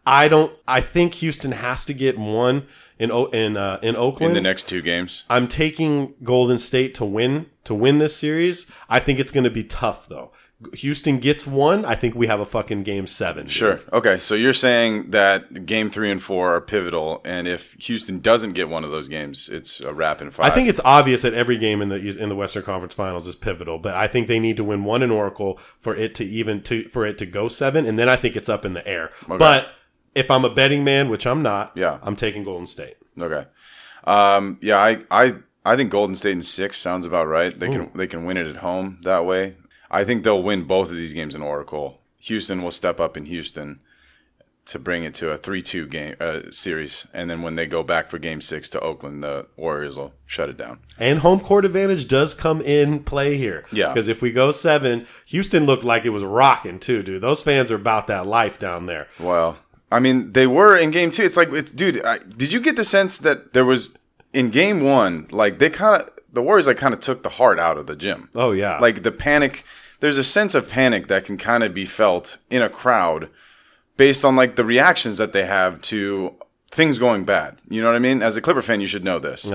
Speaker 1: I don't. I think Houston has to get one in O- in uh, in Oakland
Speaker 5: In the next two games,
Speaker 1: I'm taking Golden State to win to win this series. I think it's going to be tough though. Houston gets one. I think we have a fucking game seven. dude.
Speaker 5: Sure. Okay. So you're saying that game three and four are pivotal, and if Houston doesn't get one of those games, it's a wrap in
Speaker 1: I
Speaker 5: five.
Speaker 1: think it's obvious that every game in the East- in the Western Conference Finals is pivotal, but I think they need to win one in Oracle for it to even to for it to go seven, and then I think it's up in the air. But if I'm a betting man, which I'm not,
Speaker 5: Yeah.
Speaker 1: I'm taking Golden State.
Speaker 5: okay. Um, yeah, I, I, I think Golden State in six sounds about right. They can they can win it at home that way. I think they'll win both of these games in Oracle. Houston will step up in Houston to bring it to a three-two game uh, series, and then when they go back for Game Six to Oakland, the Warriors will shut it down.
Speaker 1: And home court advantage does come in play here.
Speaker 5: Yeah.
Speaker 1: Because if we go seven, Houston looked like it was rocking too, dude. Those fans are about that life down there.
Speaker 5: Well, I mean, they were in game two. It's like, it, dude, I, did you get the sense that there was in game one, like they kind of, the Warriors, like kind of took the heart out of the gym.
Speaker 1: Oh, yeah.
Speaker 5: Like the panic, there's a sense of panic that can kind of be felt in a crowd based on like the reactions that they have to things going bad. You know what I mean? As a Clipper fan, you should know this.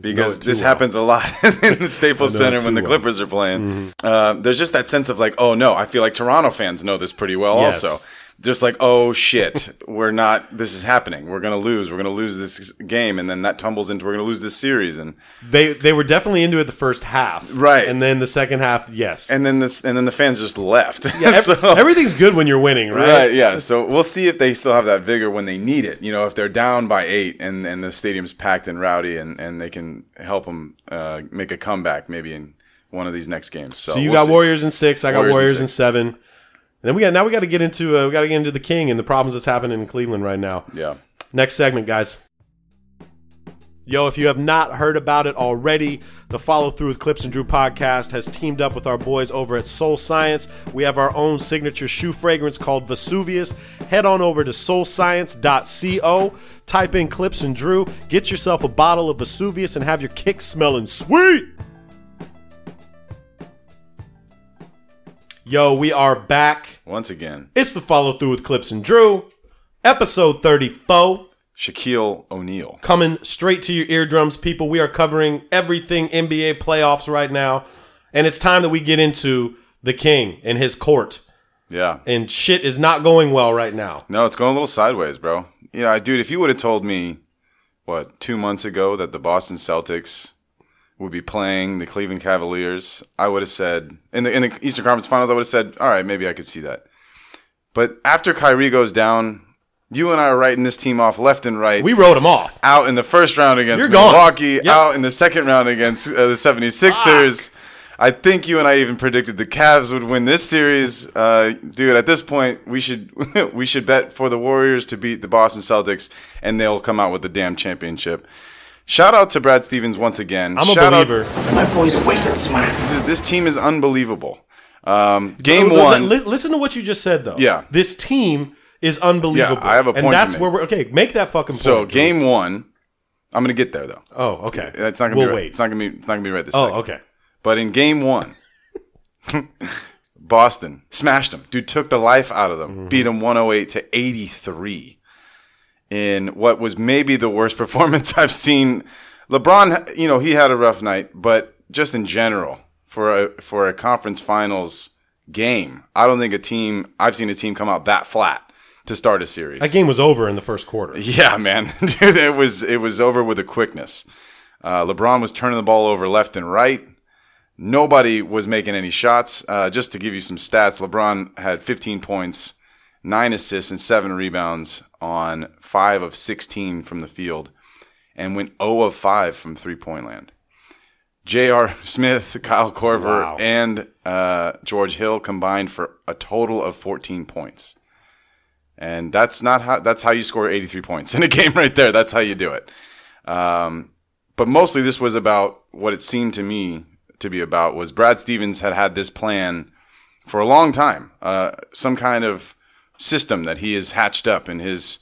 Speaker 5: Because
Speaker 1: it too
Speaker 5: this
Speaker 1: well.
Speaker 5: happens a lot *laughs* in the Staples
Speaker 1: *laughs* I know it
Speaker 5: Center when
Speaker 1: too
Speaker 5: the
Speaker 1: well.
Speaker 5: Clippers are playing.
Speaker 1: Mm-hmm.
Speaker 5: Uh, there's just that sense of like, oh no, I feel like Toronto fans know this pretty well
Speaker 1: Yes.
Speaker 5: also just like oh shit we're not this is happening we're gonna lose we're gonna lose this game and then that tumbles into we're gonna lose this series and
Speaker 1: They they were definitely into it the first half,
Speaker 5: Right.
Speaker 1: And then the second half, yes.
Speaker 5: and then this and then the fans just left
Speaker 1: Yeah,
Speaker 5: *laughs*
Speaker 1: ev-
Speaker 5: So-
Speaker 1: everything's good when you're winning, right?
Speaker 5: right yeah so we'll see if they still have that vigor when they need it you know if they're down by eight and and the stadium's packed and rowdy and and they can help them uh, make a comeback maybe in one of these next games so,
Speaker 1: So you
Speaker 5: we'll
Speaker 1: got
Speaker 5: see.
Speaker 1: Warriors in six. I got Warriors,
Speaker 5: Warriors in
Speaker 1: in
Speaker 5: six.
Speaker 1: seven. And then we got now we got to get into uh, we got to get into the King and the problems that's happening in Cleveland right now.
Speaker 5: yeah
Speaker 1: Next segment, guys. Yo, if you have not heard about it already, the Follow Through with Clips and Drew podcast has teamed up with our boys over at Soul Science. We have our own signature shoe fragrance called Vesuvius. Head on over to soulscience.co, type in Clips and Drew, get yourself a bottle of Vesuvius, and have your kick smelling sweet. Yo, we are back.
Speaker 5: Once again,
Speaker 1: It's the follow through with Clips and Drew, episode 34,
Speaker 5: Shaquille O'Neal.
Speaker 1: coming straight to your eardrums, people. We are covering everything NBA playoffs right now, and it's time that we get into the king and his court.
Speaker 5: Yeah.
Speaker 1: And shit is not going well right now.
Speaker 5: No, it's going a little sideways, bro. You know, dude, if you would have told me, what, two months ago that the Boston Celtics would be playing the Cleveland Cavaliers, I would have said, in the, in the Eastern Conference Finals, I would have said, all right, maybe I could see that. But after Kyrie goes down, you and I are writing this team off left and right.
Speaker 1: We wrote him off.
Speaker 5: out in the first round against
Speaker 1: You're gone.
Speaker 5: Milwaukee,
Speaker 1: Yep.
Speaker 5: out in the second round against uh, the 76ers. I think you and I even predicted the Cavs would win this series. Uh, dude, at this point, we should *laughs* we should bet for the Warriors to beat the Boston Celtics and they'll come out with the damn championship. Shout out to Brad Stevens once again.
Speaker 1: I'm a
Speaker 5: Shout out-
Speaker 1: believer.
Speaker 8: My boy's wicked smart.
Speaker 5: Th- this team is unbelievable. Um, game
Speaker 1: Li- li-
Speaker 5: one.
Speaker 1: li- listen to what you just said, though.
Speaker 5: Yeah.
Speaker 1: This team is unbelievable.
Speaker 5: Yeah, I have a
Speaker 1: And
Speaker 5: point to
Speaker 1: that's
Speaker 5: make.
Speaker 1: where we're. Okay, make that fucking point.
Speaker 5: so
Speaker 1: Drew.
Speaker 5: game one. I'm gonna get there though.
Speaker 1: Oh, okay.
Speaker 5: It's not gonna
Speaker 1: we'll
Speaker 5: be. Right.
Speaker 1: wait.
Speaker 5: It's not gonna be. It's not gonna be right this
Speaker 1: oh,
Speaker 5: second.
Speaker 1: okay.
Speaker 5: But in game one, *laughs* Boston smashed them. Dude took the life out of them. Beat them 108 to 83 in what was maybe the worst *laughs* performance I've seen. LeBron, you know, he had a rough night, but just in general, for a, for a conference finals game, I don't think a team, I've seen a team come out that flat to start a series.
Speaker 1: That game was over in the first quarter.
Speaker 5: Yeah, man, *laughs* dude, it was it was over with a quickness. Uh, LeBron was turning the ball over left and right. Nobody was making any shots. Uh, just to give you some stats, LeBron had 15 points, nine assists, and seven rebounds on five of 16 from the field, and went 0 of five from three point land. J.R. *laughs* Smith, Kyle Corver, and uh, George Hill combined for a total of 14 points. And that's not how that's how you score 83 points *laughs* in a game right there. That's how you do it. Um, but mostly this was about what it seemed to me to be about was Brad Stevens had had this plan for a long time, uh, some kind of system that he has hatched up in his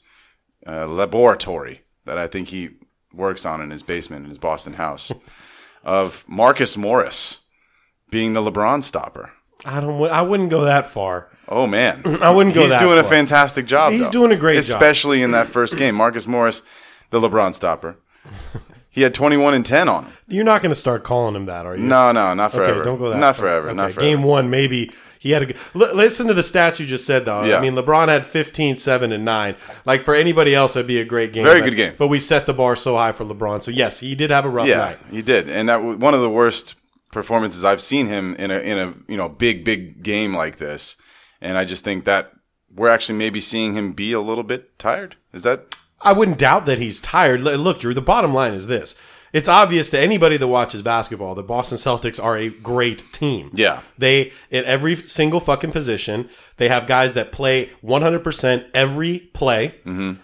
Speaker 5: uh, laboratory that I think he works on in his basement in his Boston house of Marcus Morris being the LeBron stopper.
Speaker 1: I don't. wa- I wouldn't go that far.
Speaker 5: Oh man,
Speaker 1: I wouldn't go
Speaker 5: He's
Speaker 1: that
Speaker 5: doing a
Speaker 1: far.
Speaker 5: fantastic job.
Speaker 1: He's
Speaker 5: though.
Speaker 1: doing a great job.
Speaker 5: especially in that first game. Marcus Morris, the LeBron stopper, he had 21 and 10 on him.
Speaker 1: You're not going to start calling him that, are you?
Speaker 5: No, no, not forever.
Speaker 1: Okay, don't go that.
Speaker 5: Not
Speaker 1: far.
Speaker 5: forever.
Speaker 1: Okay,
Speaker 5: Not forever.
Speaker 1: Game one, maybe he had a. g- L- listen to the stats you just said, though. I
Speaker 5: Yeah.
Speaker 1: mean, LeBron had 15, 7, and nine. Like for anybody else, that'd be a great game.
Speaker 5: Very
Speaker 1: but-
Speaker 5: good game.
Speaker 1: But we set the bar so high for LeBron. So yes, he did have a rough
Speaker 5: yeah,
Speaker 1: night.
Speaker 5: he did, and that was one of the worst performances I've seen him in a in a you know big big game like this. And I just think that we're actually maybe seeing him be a little bit tired. Is that
Speaker 1: I wouldn't doubt that he's tired. L- Look, Drew, the bottom line is this. It's obvious to anybody that watches basketball that Boston Celtics are a great team.
Speaker 5: Yeah.
Speaker 1: They, at every single fucking position, they have guys that play 100% every play.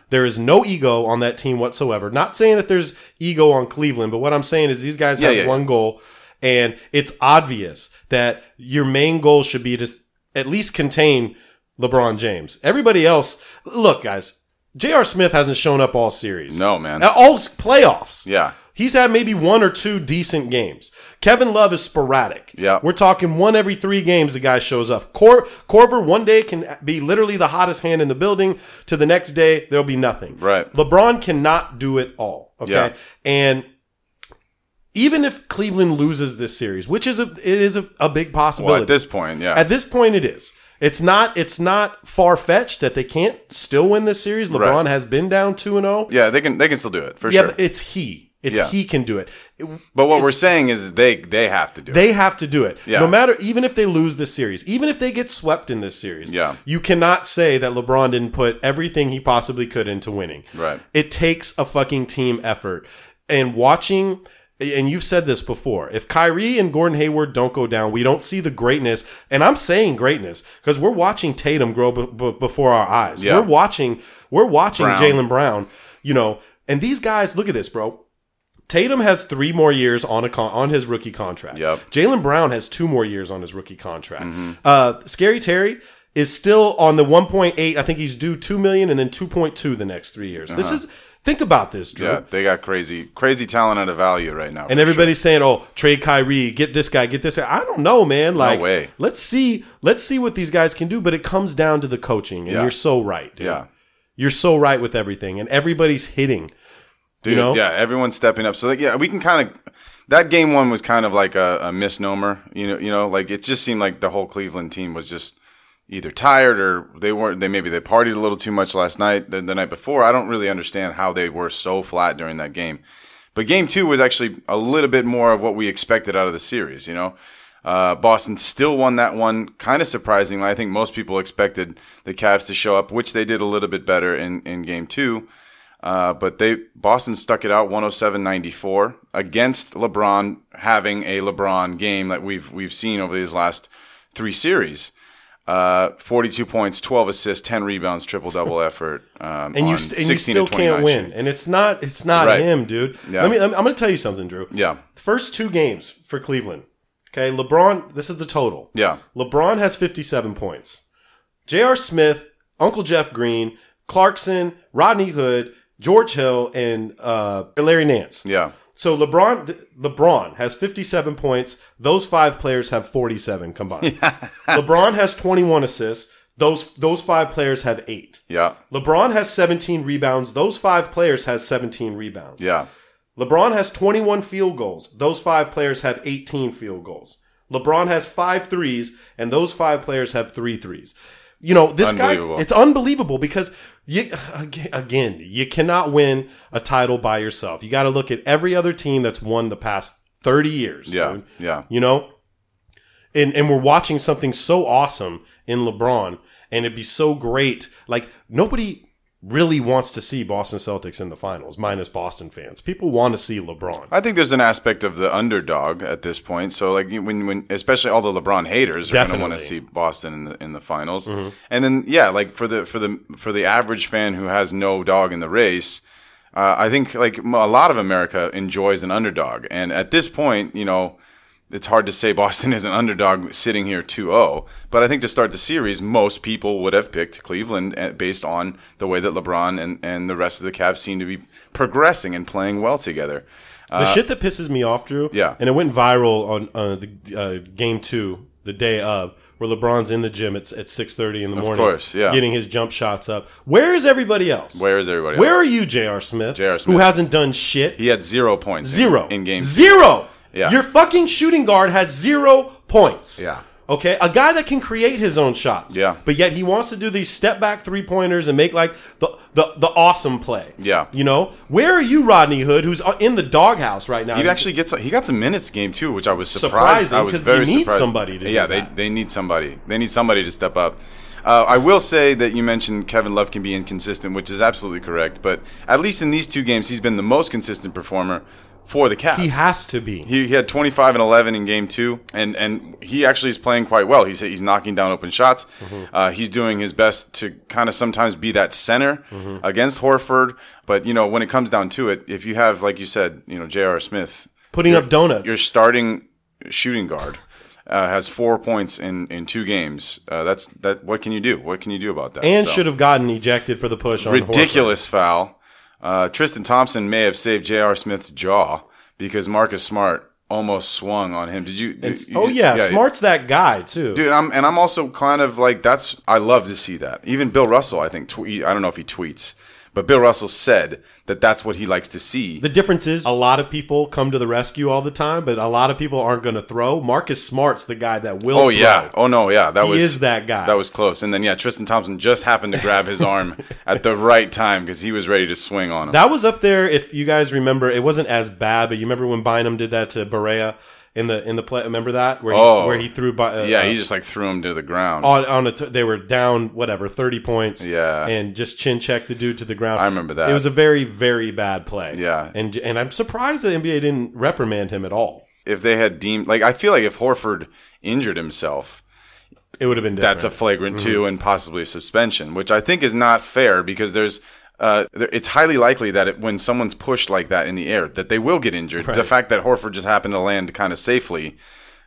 Speaker 1: There is no ego on that team whatsoever. Not saying that there's ego on Cleveland, but what I'm saying is these guys have
Speaker 5: yeah, yeah.
Speaker 1: one goal, and it's obvious that your main goal should be to s- at least contain LeBron James. Everybody else, look, guys, J.R. Smith hasn't shown up all series.
Speaker 5: No, man.
Speaker 1: Uh, All playoffs.
Speaker 5: Yeah.
Speaker 1: He's had maybe one or two decent games. Kevin Love is sporadic.
Speaker 5: Yeah.
Speaker 1: We're talking one every three games the guy shows up. Cor- Corver one day can be literally the hottest hand in the building, to the next day, there'll be nothing.
Speaker 5: Right.
Speaker 1: LeBron cannot do it all. Okay.
Speaker 5: Yeah.
Speaker 1: And even if Cleveland loses this series, which is a it is a, a big possibility.
Speaker 5: well at this point? Yeah,
Speaker 1: At this point, it is. It's not. It's not far fetched that they can't still win this series. LeBron
Speaker 5: Right.
Speaker 1: has been down two and zero.
Speaker 5: yeah, they can they can still do it for
Speaker 1: Yeah,
Speaker 5: sure.
Speaker 1: but it's he. It's
Speaker 5: Yeah.
Speaker 1: he can do it. It-
Speaker 5: but what we're saying is they they have to do it.
Speaker 1: They have to do it.
Speaker 5: Yeah.
Speaker 1: No matter, even if they lose this series, even if they get swept in this series,
Speaker 5: Yeah.
Speaker 1: you cannot say that LeBron didn't put everything he possibly could into winning.
Speaker 5: Right.
Speaker 1: It takes a fucking team effort. And watching, and you've said this before, if Kyrie and Gordon Hayward don't go down, we don't see the greatness. And I'm saying greatness because we're watching Tatum grow b- b- before our eyes.
Speaker 5: Yeah.
Speaker 1: We're watching, we're watching
Speaker 5: Brown.
Speaker 1: Jalen Brown, you know, and these guys, look at this, bro. Tatum has three more years on a con- on his rookie contract.
Speaker 5: Yep. Mm-hmm.
Speaker 1: Jalen Brown has two more years on his rookie contract. Uh, Scary Terry is still on the 1.8. I think he's due two million and then 2.2 the next three years. This is Think about this, Drew.
Speaker 5: Uh-huh. Yeah, they got crazy, crazy talent at a value right now.
Speaker 1: And
Speaker 5: for
Speaker 1: everybody's saying, "Oh, trade Kyrie, get this guy, get this guy." I don't know, man. Like,
Speaker 5: way.
Speaker 1: let's see, let's see what these guys can do. But it comes down to the coaching, and
Speaker 5: Yeah.
Speaker 1: you're so right. Dude.
Speaker 5: sure. yeah,
Speaker 1: you're so right with everything, and everybody's hitting.
Speaker 5: dude,
Speaker 1: know?
Speaker 5: yeah, everyone's stepping up. So like, yeah, we can kind of. That game one was kind of like a, a misnomer, you know. You know, like it just seemed like the whole Cleveland team was just either tired or they weren't. They maybe they partied a little too much last night, the, the night before. I don't really understand how they were so flat during that game. But game two was actually a little bit more of what we expected out of the series, you know. Uh, Boston still won that one, kind of surprisingly. I think most people expected the Cavs to show up, which they did a little bit better in, in game two. Uh, but they Boston stuck it out 107-94 against LeBron having a LeBron game that we've we've seen over these last three series. Uh, 42 points, 12 assists, 10 rebounds,
Speaker 1: *laughs*
Speaker 5: triple double effort. Um,
Speaker 1: and you,
Speaker 5: on
Speaker 1: st- and you
Speaker 5: 16
Speaker 1: still
Speaker 5: to 29
Speaker 1: can't win.
Speaker 5: shooting.
Speaker 1: And it's not it's not
Speaker 5: Right.
Speaker 1: him, dude.
Speaker 5: Yeah.
Speaker 1: Let me. I'm, I'm going to tell you something, Drew.
Speaker 5: Yeah.
Speaker 1: First two games for Cleveland. Okay, LeBron. This is the total.
Speaker 5: Yeah.
Speaker 1: LeBron has 57 points. J.R. Smith, Uncle Jeff Green, Clarkson, Rodney Hood, George Hill, and uh, Larry Nance.
Speaker 5: Yeah.
Speaker 1: So LeBron th- LeBron has 57 points. Those five players have 47 combined.
Speaker 5: *laughs*
Speaker 1: LeBron has 21 assists. Those those five players have eight.
Speaker 5: Yeah.
Speaker 1: LeBron has 17 rebounds. Those five players has 17 rebounds.
Speaker 5: Yeah.
Speaker 1: LeBron has 21 field goals. Those five players have 18 field goals. LeBron has five threes, and those five players have three threes. You know, this guy,
Speaker 5: Unbelievable.
Speaker 1: it's unbelievable because you, aga- again, you cannot win a title by yourself. You got to look at every other team that's won the past 30 years.
Speaker 5: Yeah,
Speaker 1: dude.
Speaker 5: yeah.
Speaker 1: You know, and and we're watching something so awesome in LeBron, and it'd be so great. Like nobody really wants to see Boston Celtics in the finals, minus Boston fans. People want to see LeBron.
Speaker 5: I think there's an aspect of the underdog at this point. So like you- when when especially all the LeBron haters are going to want to
Speaker 1: Definitely.
Speaker 5: see Boston in the in the finals. And then yeah, like for the for the for the average fan who has no dog in the race, uh, I think like m- a lot of America enjoys an underdog. And at this point, you know, it's hard to say *laughs* Boston is an underdog sitting here 2-0, but I think to start the series, most people would have picked Cleveland eh, based on the way that LeBron and, and the rest of the Cavs seem to be progressing and playing well together.
Speaker 1: The shit that pisses me off, Drew.
Speaker 5: Uh, Yeah.
Speaker 1: and it went viral on uh, the uh, game two, the day of. Where LeBron's in the gym at, at six thirty in the morning,
Speaker 5: course, yeah.
Speaker 1: getting his jump shots up. Where is everybody else?
Speaker 5: Where is everybody?
Speaker 1: Where
Speaker 5: else?
Speaker 1: are you, J.R. Smith?
Speaker 5: J.R. Smith.
Speaker 1: who hasn't done shit.
Speaker 5: He had zero points. in-
Speaker 1: Zero.
Speaker 5: in, game.
Speaker 1: Zero.
Speaker 5: Yeah.
Speaker 1: Your fucking shooting guard has zero points.
Speaker 5: Yeah.
Speaker 1: Okay. A guy that can create his own shots.
Speaker 5: Yeah.
Speaker 1: But yet he wants to do these step back three pointers and make like the, the, the awesome play.
Speaker 5: Yeah.
Speaker 1: You know, where are you, Rodney Hood, who's uh, in the doghouse right now?
Speaker 5: He actually gets he got some minutes game too, which I was surprised.
Speaker 1: Surprising,
Speaker 5: I was
Speaker 1: 'cause they
Speaker 5: very
Speaker 1: need
Speaker 5: surprised.
Speaker 1: somebody to do
Speaker 5: yeah, they
Speaker 1: that.
Speaker 5: they need somebody. They need somebody to step up. Uh, I will say that you mentioned Kevin Love can be inconsistent, which is absolutely correct. But at least in these two games, he's been the most consistent performer for the Cavs.
Speaker 1: he has to be.
Speaker 5: He, he had 25 and 11 in game two, and, and he actually is playing quite well. He's, he's knocking down open shots.
Speaker 1: Mm-hmm.
Speaker 5: Uh, he's doing his best to kind of sometimes be that center
Speaker 1: Mm-hmm.
Speaker 5: against Horford. But, you know, when it comes down to it, if you have, like you said, you know, J.R. Smith,
Speaker 1: Putting up donuts.
Speaker 5: your starting shooting guard uh, has four points in, in two games, uh, that's that. what can you do? What can you do about that?
Speaker 1: and
Speaker 5: So-
Speaker 1: should have gotten ejected for the push on
Speaker 5: ridiculous foul. Uh, Tristan Thompson may have saved J.R. Smith's jaw because Marcus Smart almost swung on him. Did you? did-
Speaker 1: Horford.
Speaker 5: you-
Speaker 1: Oh yeah, Smart's that guy too.
Speaker 5: Dude, I'm, and I'm also kind of like that's. I love to see that. Even Bill Russell, I think. Tweet, I don't know if he tweets, but Bill Russell said that that's what he likes to see.
Speaker 1: The difference is a lot of people come to the rescue all the time, but a lot of people aren't going to throw. Marcus Smart's the guy that will.
Speaker 5: Oh
Speaker 1: throw.
Speaker 5: yeah! Oh no! Yeah, that
Speaker 1: He
Speaker 5: was
Speaker 1: is that guy.
Speaker 5: That was close. And then yeah, Tristan Thompson just happened to grab
Speaker 1: *laughs*
Speaker 5: his arm at the right time because he was ready to swing on him.
Speaker 1: That was up there. If you guys remember, it wasn't as bad, but you remember when Bynum did that to Barea in the in the play. Remember that where he,
Speaker 5: Oh.
Speaker 1: where he threw. By, uh,
Speaker 5: yeah,
Speaker 1: uh,
Speaker 5: he just like threw him to the ground.
Speaker 1: on on a t- they were down whatever thirty points.
Speaker 5: Yeah.
Speaker 1: and just chin checked the dude to the ground.
Speaker 5: I remember that.
Speaker 1: It was a very very bad play.
Speaker 5: Yeah.
Speaker 1: and and I'm surprised the NBA didn't reprimand him at all.
Speaker 5: if they had deemed like I feel like if Horford injured himself,
Speaker 1: It would have been different.
Speaker 5: that's a flagrant two and possibly suspension, which I think is not fair because there's uh, there, it's highly likely that it, when someone's pushed like that in the air, that they will get injured. The fact that Horford just happened to land kind of safely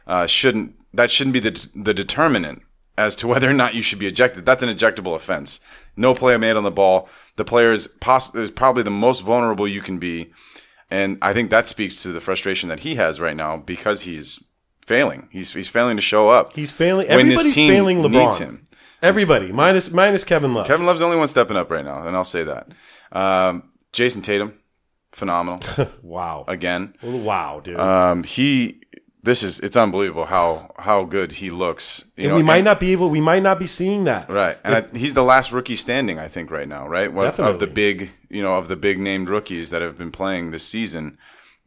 Speaker 5: uh, shouldn't that shouldn't be the the determinant as to whether or not you should be ejected. That's an ejectable offense. No play made on the ball. The player is, poss- is probably the most vulnerable you can be. And I think that speaks to the frustration that he has right now because he's failing. He's, he's failing to show up.
Speaker 1: He's failing. Everybody's failing LeBron. Everybody, minus minus Kevin Love.
Speaker 5: Kevin Love's the only one stepping up right now, and I'll say that. Um, Jason Tatum,
Speaker 1: *laughs*
Speaker 5: phenomenal
Speaker 1: wow.
Speaker 5: again.
Speaker 1: Wow, dude.
Speaker 5: Um, he, this is it's unbelievable how how good he looks. You
Speaker 1: and
Speaker 5: know,
Speaker 1: we might
Speaker 5: and-
Speaker 1: not be able. We might not be seeing that.
Speaker 5: Right, and I, he's the last rookie standing, I think, right now, right? One of- Of
Speaker 1: Definitely.
Speaker 5: the big, you know, of the big named rookies that have been playing this season,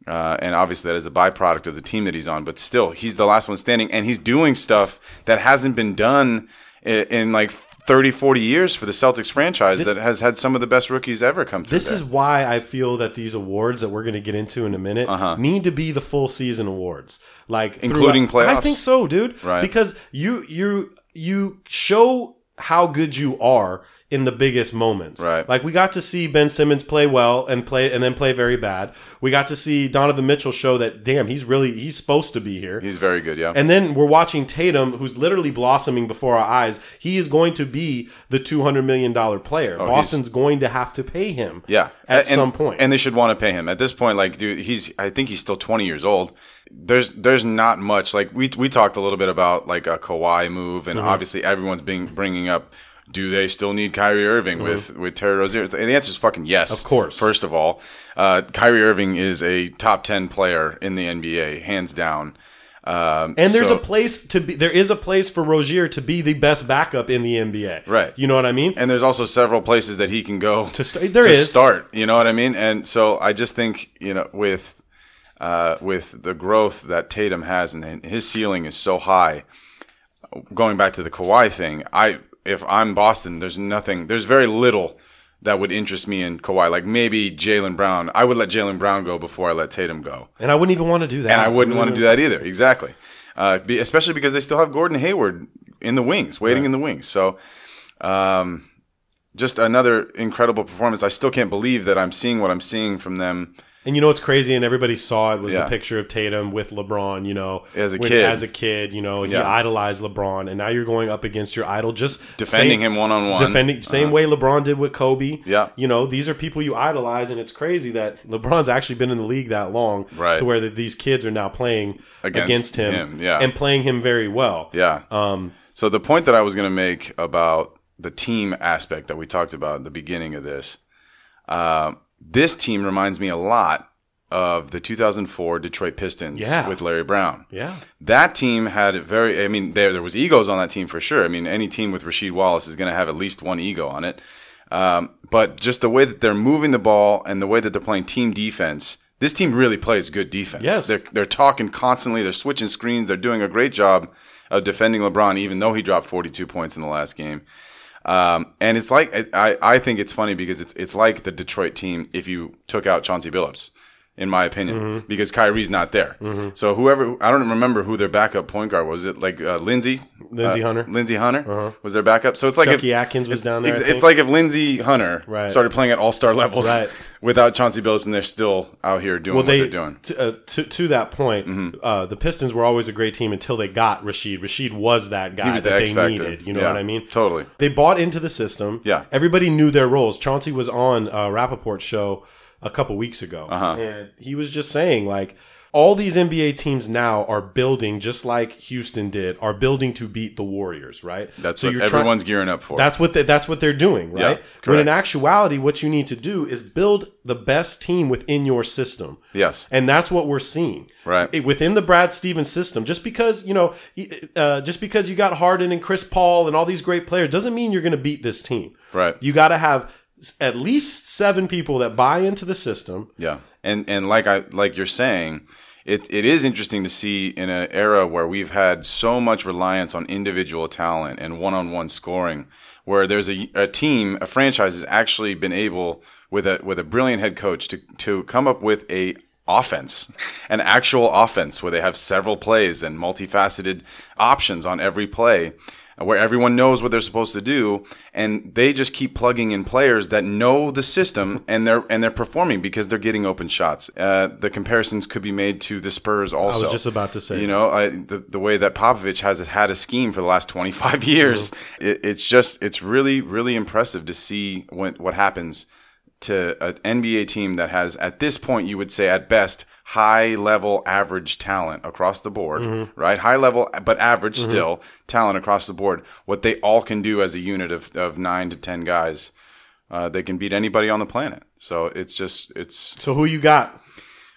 Speaker 5: uh, and obviously that is a byproduct of the team that he's on. But still, he's the last one standing, and he's doing stuff that hasn't been done in, in like 30, 40 years for the Celtics franchise that has had some of the best rookies ever come through.
Speaker 1: This
Speaker 5: there.
Speaker 1: is why I feel that these awards that we're going to get into in a minute need to be the full season awards, like
Speaker 5: Uh-huh. Including
Speaker 1: throughout- I
Speaker 5: playoffs?
Speaker 1: think so, dude.
Speaker 5: Right.
Speaker 1: Because you you you show how good you are in the biggest moments.
Speaker 5: Right.
Speaker 1: Like we got to see Ben Simmons play well and play and then play very bad. We got to see Donovan Mitchell show that damn he's really he's supposed to be here.
Speaker 5: he's very good, yeah.
Speaker 1: And then we're watching Tatum, who's literally blossoming before our eyes. He is going to be the two hundred million dollar player. Boston's going to have to pay him.
Speaker 5: Oh, Yeah,
Speaker 1: at
Speaker 5: and,
Speaker 1: some point.
Speaker 5: and they should want to pay him. At this point, like, dude, he's I think he's still 20 years old. There's there's not much. Like we we talked a little bit about like a Kawhi move, and
Speaker 1: Mm-hmm.
Speaker 5: obviously everyone's being bringing up. Do they still need Kyrie Irving with with Terry Rozier? And the answer is fucking yes.
Speaker 1: Mm-hmm. Of course.
Speaker 5: First of all, uh, Kyrie Irving is a top ten player in the NBA, hands down. Um,
Speaker 1: And there's
Speaker 5: so-
Speaker 1: a place to be. There is a place for Rozier to be the best backup in the NBA.
Speaker 5: Right.
Speaker 1: You know what I mean?
Speaker 5: and there's also several places that he can go
Speaker 1: To sta- there
Speaker 5: to
Speaker 1: is.
Speaker 5: start. You know what I mean? And so I just think you know with uh, with the growth that Tatum has and his ceiling is so high. Going back to the Kawhi thing, I if I'm Boston, there's nothing, there's very little that would interest me in Kawhi. Like maybe Jalen Brown, I would let Jalen Brown go before I let Tatum go.
Speaker 1: and I wouldn't even want to do that.
Speaker 5: And I wouldn't want to do that either. Exactly. Uh, be, especially because they still have Gordon Hayward in the wings, waiting in the wings. So, um, just another incredible performance. I still can't believe that I'm seeing what I'm seeing from them.
Speaker 1: And you know what's crazy? And everybody saw it was
Speaker 5: Yeah.
Speaker 1: the picture of Tatum with LeBron. You know,
Speaker 5: As a kid.
Speaker 1: as a kid, you know, he
Speaker 5: Yeah.
Speaker 1: idolized LeBron, and now you're going up against your idol, just
Speaker 5: Defending
Speaker 1: same-
Speaker 5: him one-on-one.
Speaker 1: defending same way LeBron did with Kobe.
Speaker 5: Uh-huh. Yeah.
Speaker 1: you know, these are people you idolize, and it's crazy that LeBron's actually been in the league that long,
Speaker 5: Right.
Speaker 1: To where that these kids are now playing against,
Speaker 5: Against
Speaker 1: him,
Speaker 5: him, yeah.
Speaker 1: and playing him very well.
Speaker 5: Yeah. Um, so the point that I was going to make about the team aspect that we talked about at the beginning of this, uh, this team reminds me a lot of the 2004 Detroit Pistons
Speaker 1: Yeah.
Speaker 5: with Larry Brown.
Speaker 1: Yeah.
Speaker 5: that team had a very i mean there there was egos on that team for sure i mean any team with rashid wallace is going to have at least one ego on it um, but just the way that they're moving the ball and the way that they're playing team defense this team really plays good defense
Speaker 1: Yes.
Speaker 5: they're, they're talking constantly they're switching screens they're doing a great job of defending lebron even though he dropped 42 points in the last game um, and it's like I, I- I think it's funny because it's it's like the Detroit team if you took out Chauncey Billups, in my opinion,
Speaker 1: Mm-hmm.
Speaker 5: because Kyrie's not there. So whoever I don't remember who their backup point guard was. It like uh, Lindsey,
Speaker 1: Lindsey
Speaker 5: Uh,
Speaker 1: Hunter.
Speaker 5: Lindsey Hunter was their backup. So it's like
Speaker 1: Chucky
Speaker 5: if,
Speaker 1: Atkins was down there.
Speaker 5: it's,
Speaker 1: I think.
Speaker 5: it's like if Lindsey Hunter
Speaker 1: Right.
Speaker 5: started playing at all star levels
Speaker 1: Right.
Speaker 5: *laughs* without Chauncey Billups, and they're still out here doing
Speaker 1: well,
Speaker 5: what
Speaker 1: they
Speaker 5: they, are doing. Mm-hmm.
Speaker 1: t- uh, to to that point, uh, the Pistons were always a great team until they got Rashid. Rashid was that guy
Speaker 5: He was the
Speaker 1: that
Speaker 5: X
Speaker 1: they
Speaker 5: factor.
Speaker 1: needed. You know
Speaker 5: Yeah,
Speaker 1: what I mean?
Speaker 5: totally.
Speaker 1: They bought into the system.
Speaker 5: Yeah.
Speaker 1: everybody knew their roles. Chauncey was on uh, Rappaport's show a couple weeks ago,
Speaker 5: Uh-huh.
Speaker 1: and he was just saying like. All these NBA teams now are building, just like Houston did, are building to beat the Warriors, right?
Speaker 5: That's
Speaker 1: So
Speaker 5: what
Speaker 1: you're try-
Speaker 5: everyone's gearing up for.
Speaker 1: that's what they, that's what they're doing,
Speaker 5: Yeah,
Speaker 1: right? when in
Speaker 5: correct.
Speaker 1: actuality, what you need to do is build the best team within your system.
Speaker 5: Yes.
Speaker 1: and that's what we're seeing,
Speaker 5: Right.
Speaker 1: It- within the Brad Stevens system, just because you know, y- uh, just because you got Harden and Chris Paul and all these great players doesn't mean you're going to beat this team,
Speaker 5: Right.
Speaker 1: You got to have s- at least seven people that buy into the system.
Speaker 5: Yeah, and and like I like you're saying, it it is interesting to see in an era where we've had so much reliance on individual talent and one-on-one scoring, where there's a, a team, a franchise has actually been able with a with a brilliant head coach to to come up with a offense, an actual offense where they have several plays and multifaceted options on every play. where everyone knows what they're supposed to do, and they just keep plugging in players that know the
Speaker 1: *laughs*
Speaker 5: system and they're and they're performing because they're getting open shots. Uh, the comparisons could be made to the Spurs also.
Speaker 1: just about to say
Speaker 5: you know, I, the the way that Popovich has had a scheme for the last twenty five *laughs* years, it, it's just it's really really impressive to see what what happens to an NBA team that has, at this point, you would say at best, high level average talent across the board, right? High level, but average still talent across the board. What they all can do as a unit of, of nine to 10 guys, uh, they can beat anybody on the planet. So it's just, it's,
Speaker 1: So who you got?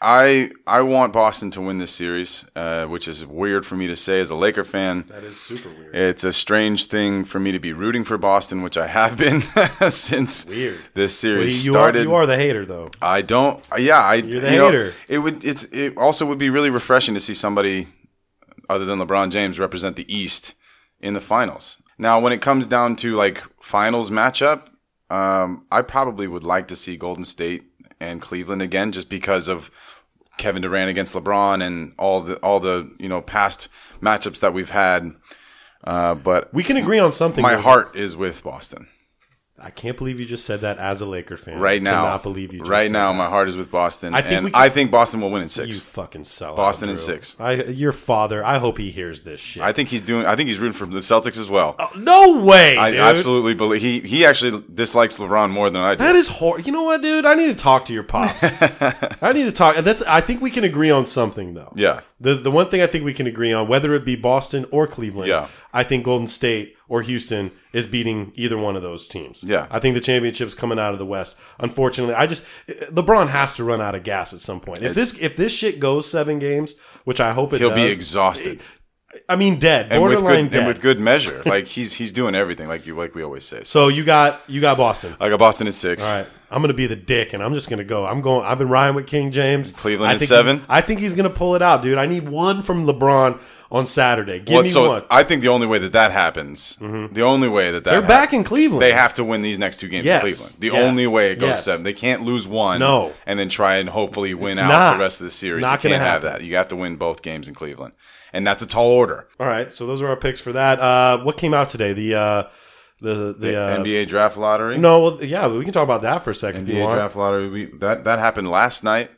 Speaker 5: I, I want Boston to win this series, uh, which is weird for me to say as a Laker fan.
Speaker 1: That is super weird.
Speaker 5: It's a strange thing for me to be rooting for Boston, which I have been *laughs* since
Speaker 1: Weird.
Speaker 5: this
Speaker 1: Well,
Speaker 5: series
Speaker 1: you, are,
Speaker 5: started.
Speaker 1: you are the hater though.
Speaker 5: I don't. Yeah, I. You're
Speaker 1: the hater.
Speaker 5: it would. It's. It also would be really refreshing to see somebody other than LeBron James represent the East in the finals. Now, when it comes down to like finals matchup, um, I probably would like to see Golden State and Cleveland again, just because of Kevin Durant against LeBron and all the all the you know past matchups that we've had. Uh, but
Speaker 1: We can agree on something.
Speaker 5: my
Speaker 1: though.
Speaker 5: heart is with Boston.
Speaker 1: I can't believe you just said that as a Laker fan.
Speaker 5: Right
Speaker 1: I
Speaker 5: now,
Speaker 1: cannot believe you. Just
Speaker 5: right
Speaker 1: said
Speaker 5: now,
Speaker 1: that.
Speaker 5: my heart is with Boston,
Speaker 1: I think
Speaker 5: and
Speaker 1: we can-
Speaker 5: I think Boston will win in six.
Speaker 1: You fucking sell.
Speaker 5: Boston in six.
Speaker 1: I, your father. I hope he hears this shit.
Speaker 5: I think he's doing. I think he's rooting for the Celtics as well.
Speaker 1: no way.
Speaker 5: I
Speaker 1: Oh, dude.
Speaker 5: absolutely believe he. He actually dislikes LeBron more than I do.
Speaker 1: That is hor. You know what, dude? I need to talk to your
Speaker 5: *laughs*
Speaker 1: pops. I need to talk. That's. I think we can agree on something though.
Speaker 5: Yeah.
Speaker 1: The the one thing I think we can agree on, whether it be Boston or Cleveland,
Speaker 5: Yeah.
Speaker 1: I think Golden State or Houston is beating either one of those teams.
Speaker 5: Yeah.
Speaker 1: I think the championship's coming out of the West. Unfortunately, I just LeBron has to run out of gas at some point. If this if this shit goes seven games, which I hope it
Speaker 5: He'll
Speaker 1: does,
Speaker 5: be exhausted,
Speaker 1: I mean, dead,
Speaker 5: and with
Speaker 1: borderline
Speaker 5: good
Speaker 1: dead.
Speaker 5: and with
Speaker 1: *laughs*
Speaker 5: good measure. Like he's he's doing everything, like you like we always say. So
Speaker 1: so you got you got Boston.
Speaker 5: I got Boston at six.
Speaker 1: All right, I'm gonna be the dick, and I'm just gonna go. I'm going. I've been riding with King James.
Speaker 5: Cleveland
Speaker 1: I
Speaker 5: is
Speaker 1: think
Speaker 5: seven?
Speaker 1: he's- I think he's gonna pull it out, dude. I need one from LeBron on Saturday. Give
Speaker 5: Well,
Speaker 1: me
Speaker 5: so
Speaker 1: one. Mm-hmm.
Speaker 5: I think the only way that that happens, the only way that that
Speaker 1: They're
Speaker 5: hap-
Speaker 1: back in Cleveland.
Speaker 5: They have to win these next two games
Speaker 1: Yes.
Speaker 5: in Cleveland. The
Speaker 1: Yes.
Speaker 5: only way it goes
Speaker 1: Yes.
Speaker 5: seven. They can't lose one
Speaker 1: No.
Speaker 5: and then try and hopefully win
Speaker 1: It's
Speaker 5: out
Speaker 1: not.
Speaker 5: the rest of the series.
Speaker 1: Not
Speaker 5: you
Speaker 1: gonna
Speaker 5: can't have
Speaker 1: happen.
Speaker 5: that. You have to win both games in Cleveland. And that's a tall order.
Speaker 1: All right, so those are our picks for that. Uh, what came out today? The uh, the the, uh,
Speaker 5: NBA draft lottery.
Speaker 1: No, well, yeah, we can talk about that for a second. if you
Speaker 5: NBA
Speaker 1: want.
Speaker 5: draft lottery. We, that that happened last night.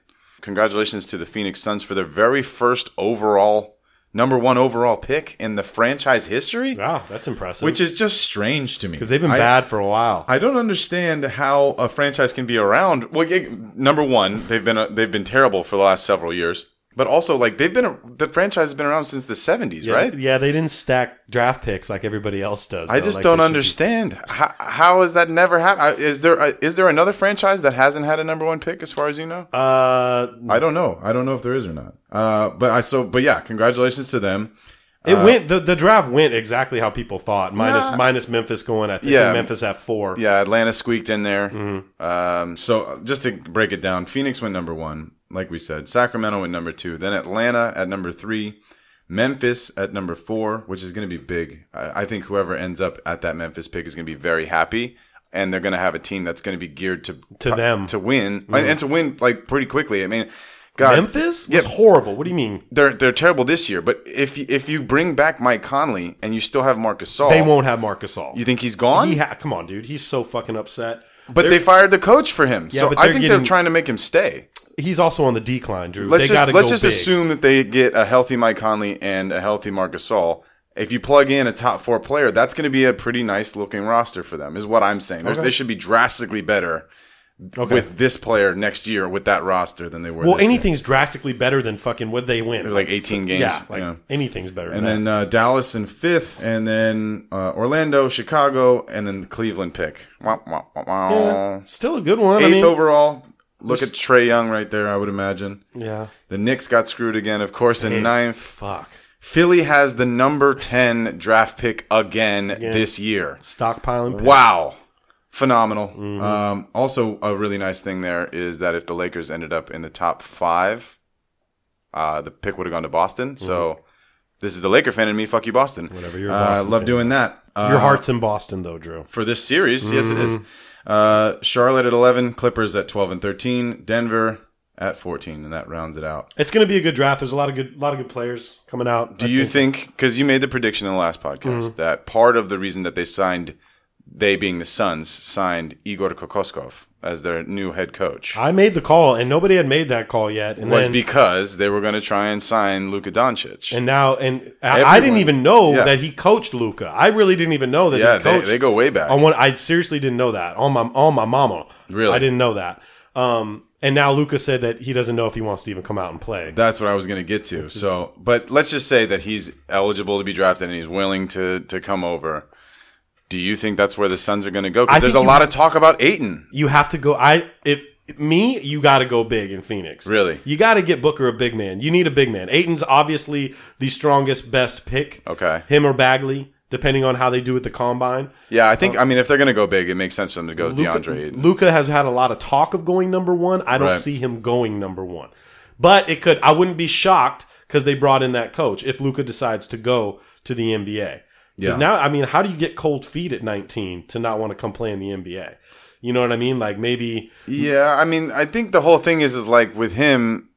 Speaker 5: Congratulations to the Phoenix Suns for their very first overall number one overall pick in the franchise history,
Speaker 1: Wow, that's impressive.
Speaker 5: which is just strange to me
Speaker 1: because they've been
Speaker 5: I-
Speaker 1: bad for a while.
Speaker 5: I don't understand how a franchise can be around. Well, yeah, number one, they've been they've been terrible for the last several years. But also, like they've been the franchise has been around since the seventies,
Speaker 1: yeah,
Speaker 5: right?
Speaker 1: Yeah, they didn't stack draft picks like everybody else does.
Speaker 5: I
Speaker 1: though,
Speaker 5: just
Speaker 1: like
Speaker 5: don't
Speaker 1: they should be.
Speaker 5: understand how, how has that never happened? Is there a, is there another franchise that hasn't had a number one pick, as far as you know?
Speaker 1: Uh,
Speaker 5: I don't know. I don't know if there is or not. Uh, but I so but yeah, congratulations to them.
Speaker 1: It went the, the draft went exactly how people thought. Minus
Speaker 5: Uh, Nah.
Speaker 1: minus Memphis going at
Speaker 5: Yeah.
Speaker 1: Memphis at four.
Speaker 5: Yeah, Atlanta squeaked in there.
Speaker 1: Mm-hmm.
Speaker 5: Um, so just to break it down, Phoenix went number one, like we said. Sacramento went number two. Then Atlanta at number three. Memphis at number four, which is going to be big. I, I think whoever ends up at that Memphis pick is going to be very happy, and they're going to have a team that's going to be geared to
Speaker 1: To them. Mm-hmm.
Speaker 5: to win and, and to win like pretty quickly. I mean, God,
Speaker 1: Memphis was
Speaker 5: Yeah.
Speaker 1: horrible. What do you mean?
Speaker 5: they're they're terrible this year. But if you, if you bring back Mike Conley and you still have Marcus Saul,
Speaker 1: They won't have Marcus All.
Speaker 5: You think he's gone?
Speaker 1: He ha- come on, dude. He's so fucking upset.
Speaker 5: but they fired the coach for him,
Speaker 1: Yeah,
Speaker 5: so
Speaker 1: but
Speaker 5: I
Speaker 1: they're
Speaker 5: think
Speaker 1: getting-
Speaker 5: they're trying to make him stay.
Speaker 1: He's also on the decline, Drew.
Speaker 5: Let's
Speaker 1: they
Speaker 5: just
Speaker 1: gotta
Speaker 5: let's
Speaker 1: go
Speaker 5: just
Speaker 1: big.
Speaker 5: assume that they get a healthy Mike Conley and a healthy Marcus Gasol. If you plug in a top four player, that's going to be a pretty nice looking roster for them, is what I'm saying. There's They should be drastically better
Speaker 1: Okay.
Speaker 5: with this player next year with that roster than they were.
Speaker 1: well,
Speaker 5: this year.
Speaker 1: anything's drastically better than fucking what they win.
Speaker 5: They're like 18 games.
Speaker 1: yeah, like anything's better.
Speaker 5: and
Speaker 1: than
Speaker 5: then uh, Dallas in fifth, and then uh, Orlando, Chicago, and then the Cleveland pick. Wah, wah, wah, wah.
Speaker 1: that. Yeah, still a good one.
Speaker 5: Eighth
Speaker 1: I mean,
Speaker 5: overall. Look at Trey Young right there. I would imagine
Speaker 1: Yeah.
Speaker 5: the Knicks got screwed again, of course, in ninth.
Speaker 1: Fuck.
Speaker 5: Philly has the number ten draft pick again this year.
Speaker 1: Stockpiling. picks.
Speaker 5: Wow. Phenomenal.
Speaker 1: Mm-hmm.
Speaker 5: Um, also, a really nice thing there is that if the Lakers ended up in the top five, uh, the pick would have gone to Boston. So this is the Laker fan in me. Fuck you, Boston. Whatever
Speaker 1: Mm-hmm. you're a
Speaker 5: I
Speaker 1: Boston
Speaker 5: love
Speaker 1: fan.
Speaker 5: doing that. Uh,
Speaker 1: Your heart's Mm-hmm. in Boston, though, Drew.
Speaker 5: for this series, yes, it is. Uh, Charlotte at 11, Clippers at 12 and 13, Denver at 14, and that rounds it out.
Speaker 1: It's going to be a good draft. There's a lot of good, lot of good players coming out.
Speaker 5: Do you think, because you made the prediction in the last podcast,
Speaker 1: Mm-hmm.
Speaker 5: that part of the reason that they signed, they being the Suns, signed Igor Kokoskov as their new head coach
Speaker 1: I made the call, and nobody had made that call yet. And
Speaker 5: was
Speaker 1: then,
Speaker 5: because they were going to try and sign Luka Doncic.
Speaker 1: and now, and I, I didn't
Speaker 5: Everyone.
Speaker 1: even know
Speaker 5: Yeah.
Speaker 1: that he coached Luca. I really didn't even know that.
Speaker 5: Yeah,
Speaker 1: he
Speaker 5: they-
Speaker 1: coached
Speaker 5: they go way back.
Speaker 1: On one, I seriously didn't know that. On my, on my mama,
Speaker 5: Really?
Speaker 1: I didn't know that. Um, and now Luca said that he doesn't know if he wants to even come out and play.
Speaker 5: That's what I was going to get to. So, but let's just say that he's eligible to be drafted and he's willing to to come over. Do you think that's where the Suns are going to go?
Speaker 1: I
Speaker 5: Because there's a
Speaker 1: think you-
Speaker 5: lot of talk about Aiton.
Speaker 1: you have to go. I if me, you got to go big in Phoenix.
Speaker 5: Really?
Speaker 1: you got to get Booker a big man. You need a big man. Aiton's obviously the strongest, best pick.
Speaker 5: Okay.
Speaker 1: him or Bagley, depending on how they do at the combine.
Speaker 5: Yeah, I
Speaker 1: Uh,
Speaker 5: think. I mean, if they're going to go big, it makes sense for them to go with DeAndre. Ayton.
Speaker 1: Luca has had a lot of talk of going number one. I don't
Speaker 5: Right.
Speaker 1: see him going number one, but it could. I wouldn't be shocked because they brought in that coach if Luca decides to go to the NBA. Because
Speaker 5: Yeah.
Speaker 1: now, I mean, how do you get cold feet at 19 to not want to come play in the NBA? You know what I mean? Like maybe
Speaker 5: Yeah, I mean, I think the whole thing is is like with him.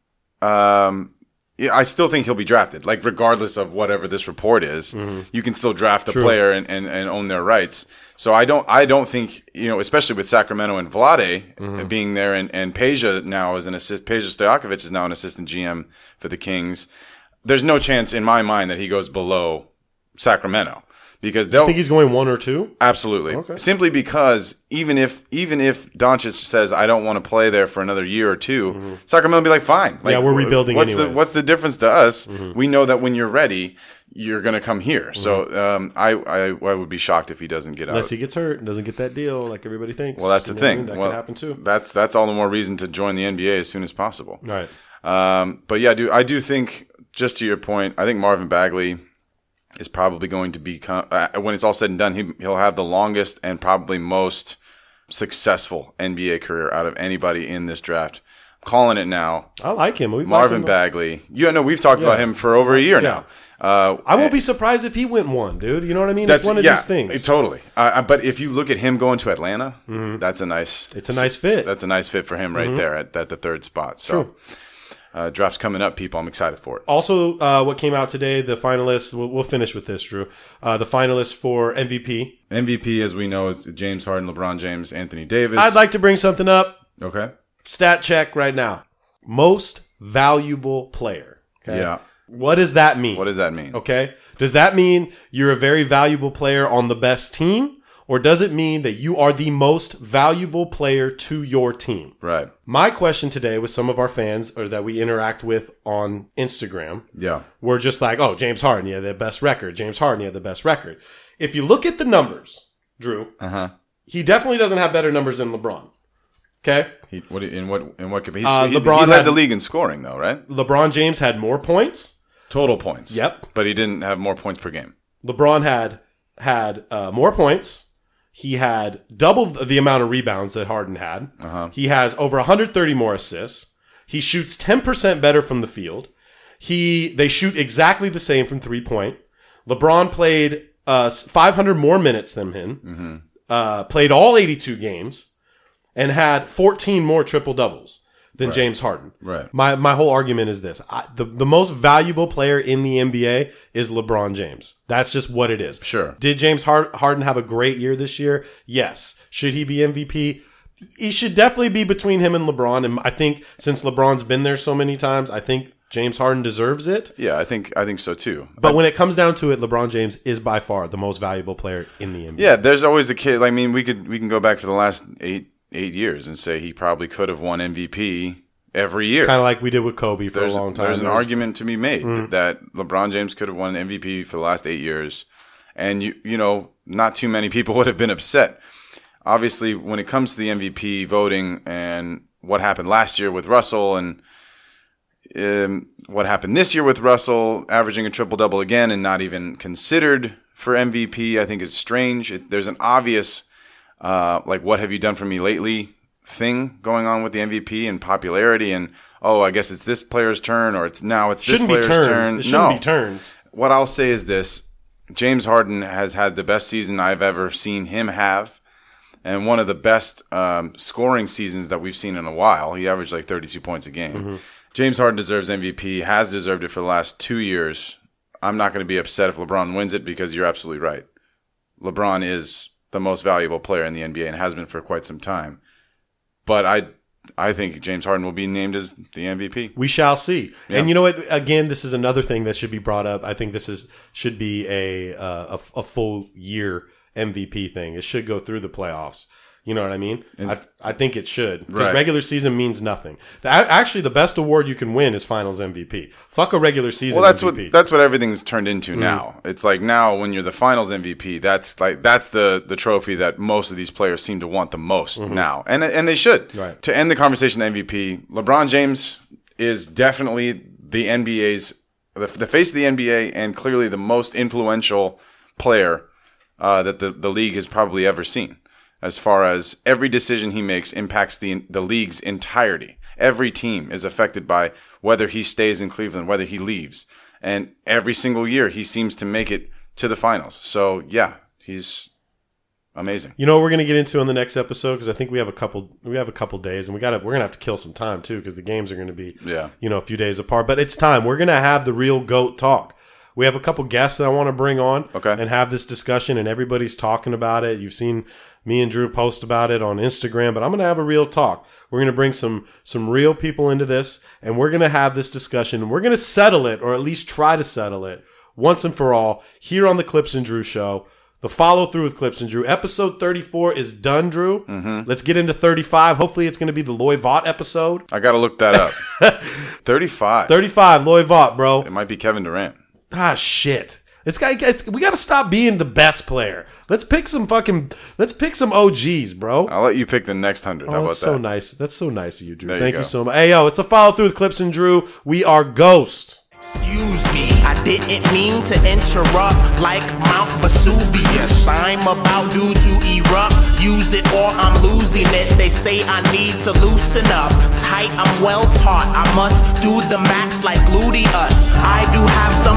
Speaker 5: Um, yeah, I still think he'll be drafted. Like regardless of whatever this report is,
Speaker 1: Mm-hmm.
Speaker 5: you can still draft a player and, and, and own their rights. So I don't I don't think you know, especially with Sacramento and Vlade
Speaker 1: Mm-hmm.
Speaker 5: being there, and and Peja now is an assist. Peja Stojakovic is now an assistant GM for the Kings. There's no chance in my mind that he goes below Sacramento because they'll
Speaker 1: I think he's going one or two.
Speaker 5: Absolutely. Simply because even if even if Doncic says I don't want to play there for another year or 2 Sacramento will be like, fine. Like,
Speaker 1: Mm-hmm. Yeah, we're rebuilding
Speaker 5: What's the
Speaker 1: anyways. Mm-hmm.
Speaker 5: what's the difference to us? We know that when you're ready, you're gonna come here. So um, I, I I would be shocked if he doesn't get out.
Speaker 1: Unless he gets hurt and doesn't get that deal like everybody thinks.
Speaker 5: well, that's the
Speaker 1: You know what I mean?
Speaker 5: thing.
Speaker 1: That
Speaker 5: well,
Speaker 1: could happen too.
Speaker 5: That's that's all the more reason to join the NBA as soon as possible.
Speaker 1: Right.
Speaker 5: Um, but yeah, do I do think just to your point, I think Marvin Bagley is probably going to become uh, when it's all said and done, he, he'll have the longest and probably most successful NBA career out of anybody in this draft. I'm calling it now,
Speaker 1: I like him. We've
Speaker 5: Marvin
Speaker 1: liked him.
Speaker 5: Bagley. You know we've talked about him for over a year now. Uh,
Speaker 1: I won't be surprised if he went one, dude. You know what I mean? it's one of
Speaker 5: yeah,
Speaker 1: these things.
Speaker 5: it- totally. Uh, uh, but if you look at him going to Atlanta, that's a nice.
Speaker 1: Mm-hmm. It's a nice Mm-hmm. fit.
Speaker 5: That's a nice fit for him right there at, at the third spot. So, uh, draft's coming up, people. I'm excited for it.
Speaker 1: also, uh, what came out today, the finalists, we'll, we'll finish with this, Drew. Uh, the finalists for MVP.
Speaker 5: MVP, as we know, is James Harden, LeBron James, Anthony Davis.
Speaker 1: I'd like to bring something up.
Speaker 5: Okay.
Speaker 1: Stat check right now. Most valuable player. Okay.
Speaker 5: Yeah.
Speaker 1: What does that mean?
Speaker 5: What does that mean?
Speaker 1: Okay. Does that mean you're a very valuable player on the best team? Or does it mean that you are the most valuable player to your team?
Speaker 5: Right.
Speaker 1: My question today with some of our fans or that we interact with on Instagram
Speaker 5: Yeah.
Speaker 1: were just like, oh, James Harden, yeah, the best record. James Harden, yeah, the best record. If you look at the numbers, Drew,
Speaker 5: Uh-huh.
Speaker 1: he definitely doesn't have better numbers than LeBron. Okay.
Speaker 5: He, what in what in what could he's,
Speaker 1: Uh,
Speaker 5: he,
Speaker 1: LeBron
Speaker 5: he led
Speaker 1: had-
Speaker 5: the league in scoring though, right?
Speaker 1: LeBron James had more points.
Speaker 5: Total points.
Speaker 1: Yep.
Speaker 5: But he didn't have more points per game.
Speaker 1: LeBron had had uh, more points. He had double th- the amount of rebounds that Harden had. He has over 130 more assists. He shoots 10% better from the field. He they shoot exactly the same from three point. LeBron played uh, 500 more minutes than him.
Speaker 5: Mm-hmm.
Speaker 1: Uh, played all 82 games and had 14 more triple doubles than James Harden.
Speaker 5: Right.
Speaker 1: My my whole argument is this: I, the the most valuable player in the NBA is LeBron James. That's just what it is.
Speaker 5: Sure.
Speaker 1: Did James Har- Harden have a great year this year? Yes. Should he be MVP? He should definitely be between him and LeBron. And I think since LeBron's been there so many times, I think James Harden deserves it.
Speaker 5: Yeah, I think I think so too.
Speaker 1: But when it comes down to it, LeBron James is by far the most valuable player in the NBA.
Speaker 5: Yeah, there's always the kid. I mean, we could we can go back for the last eight eight years and say he probably could have won MVP every year.
Speaker 1: Kind of like we did with Kobe for
Speaker 5: there's,
Speaker 1: a long time.
Speaker 5: There's an
Speaker 1: It was- Mm.
Speaker 5: argument to be made that LeBron James could have won MVP for the last eight years, and you you know not too many people *laughs* would have been upset. Obviously, when it comes to the MVP voting and what happened last year with Russell and um, what happened this year with Russell averaging a triple double again and not even considered for MVP, I think is strange. It, there's an obvious uh, like what have you done for me lately thing going on with the MVP and popularity and oh I guess it's this player's turn or it's now it's
Speaker 1: Shouldn't be
Speaker 5: this player's
Speaker 1: turns.
Speaker 5: turn.
Speaker 1: It shouldn't
Speaker 5: no.
Speaker 1: be turns.
Speaker 5: What I'll say is this: James Harden has had the best season I've ever seen him have. and one of the best um, scoring seasons that we've seen in a while. He averaged like 32 points a game. James Harden deserves MVP, has deserved it for the last two years. I'm not going to be upset if LeBron wins it because you're absolutely right. LeBron is the most valuable player in the NBA and has been for quite some time. But I, I think James Harden will be named as the MVP.
Speaker 1: We shall see. And you know what? Again, this is another thing that should be brought up. I think this is should be a uh, a, f- a full year MVP thing. It should go through the playoffs. You know what I mean? I,
Speaker 5: It's-
Speaker 1: I think it should because
Speaker 5: Right.
Speaker 1: regular season means nothing. The, a- actually, the best award you can win is Finals MVP. Fuck a regular season.
Speaker 5: Well, that's
Speaker 1: MVP.
Speaker 5: what that's what everything's turned into
Speaker 1: Mm.
Speaker 5: now. It's like now when you're the Finals MVP, that's like that's the the trophy that most of these players seem to want the most now, and and they should.
Speaker 1: Mm-hmm. Right.
Speaker 5: To end the conversation, MVP LeBron James is definitely the NBA's the, the face of the NBA and clearly the most influential player uh, that the the league has probably ever seen. As far as every decision he makes impacts the the league's entirety. Every team is affected by whether he stays in Cleveland, whether he leaves. And every single year he seems to make it to the finals. So yeah, he's amazing.
Speaker 1: You know what we're gonna get into on the next episode because I think we have a couple we have a couple days and we gotta we're gonna have to kill some time too because the games are gonna be
Speaker 5: Yeah.
Speaker 1: you know a few days apart. But it's time we're gonna have the real goat talk. We have a couple guests that I want to bring on
Speaker 5: Okay.
Speaker 1: and have this discussion and everybody's talking about it. You've seen me and Drew post about it on Instagram, but I'm gonna have a real talk. We're gonna bring some some real people into this and we're gonna have this discussion and we're gonna settle it or at least try to settle it once and for all here on the Clips and Drew show. The follow through with Clips and Drew. Episode 34 is done, Drew. Let's get into 35. Hopefully, it's going to be the Loy Vaught episode.
Speaker 5: I gotta look that up. Thirty five.
Speaker 1: 35, Loy Vaught, bro.
Speaker 5: It might be Kevin Durant.
Speaker 1: Ah, shit. It's got, it's, we got to stop being the best player. Let's pick some fucking, let's pick some OGs, bro.
Speaker 5: I'll let you pick the next hundred.
Speaker 1: Oh,
Speaker 5: How Oh, about
Speaker 1: that's so
Speaker 5: that?
Speaker 1: nice. That's so nice of you, Drew.
Speaker 5: There you
Speaker 1: Thank you,
Speaker 5: go.
Speaker 1: so much. Hey, yo, it's a follow through with Clips and Drew. We are Ghost.
Speaker 4: Excuse me, I didn't mean to interrupt. Like Mount Vesuvius, I'm about due to erupt. Use it or I'm losing it. They say I need to loosen up. Tight, I'm well taught. I must do the max like gluteus. I do have some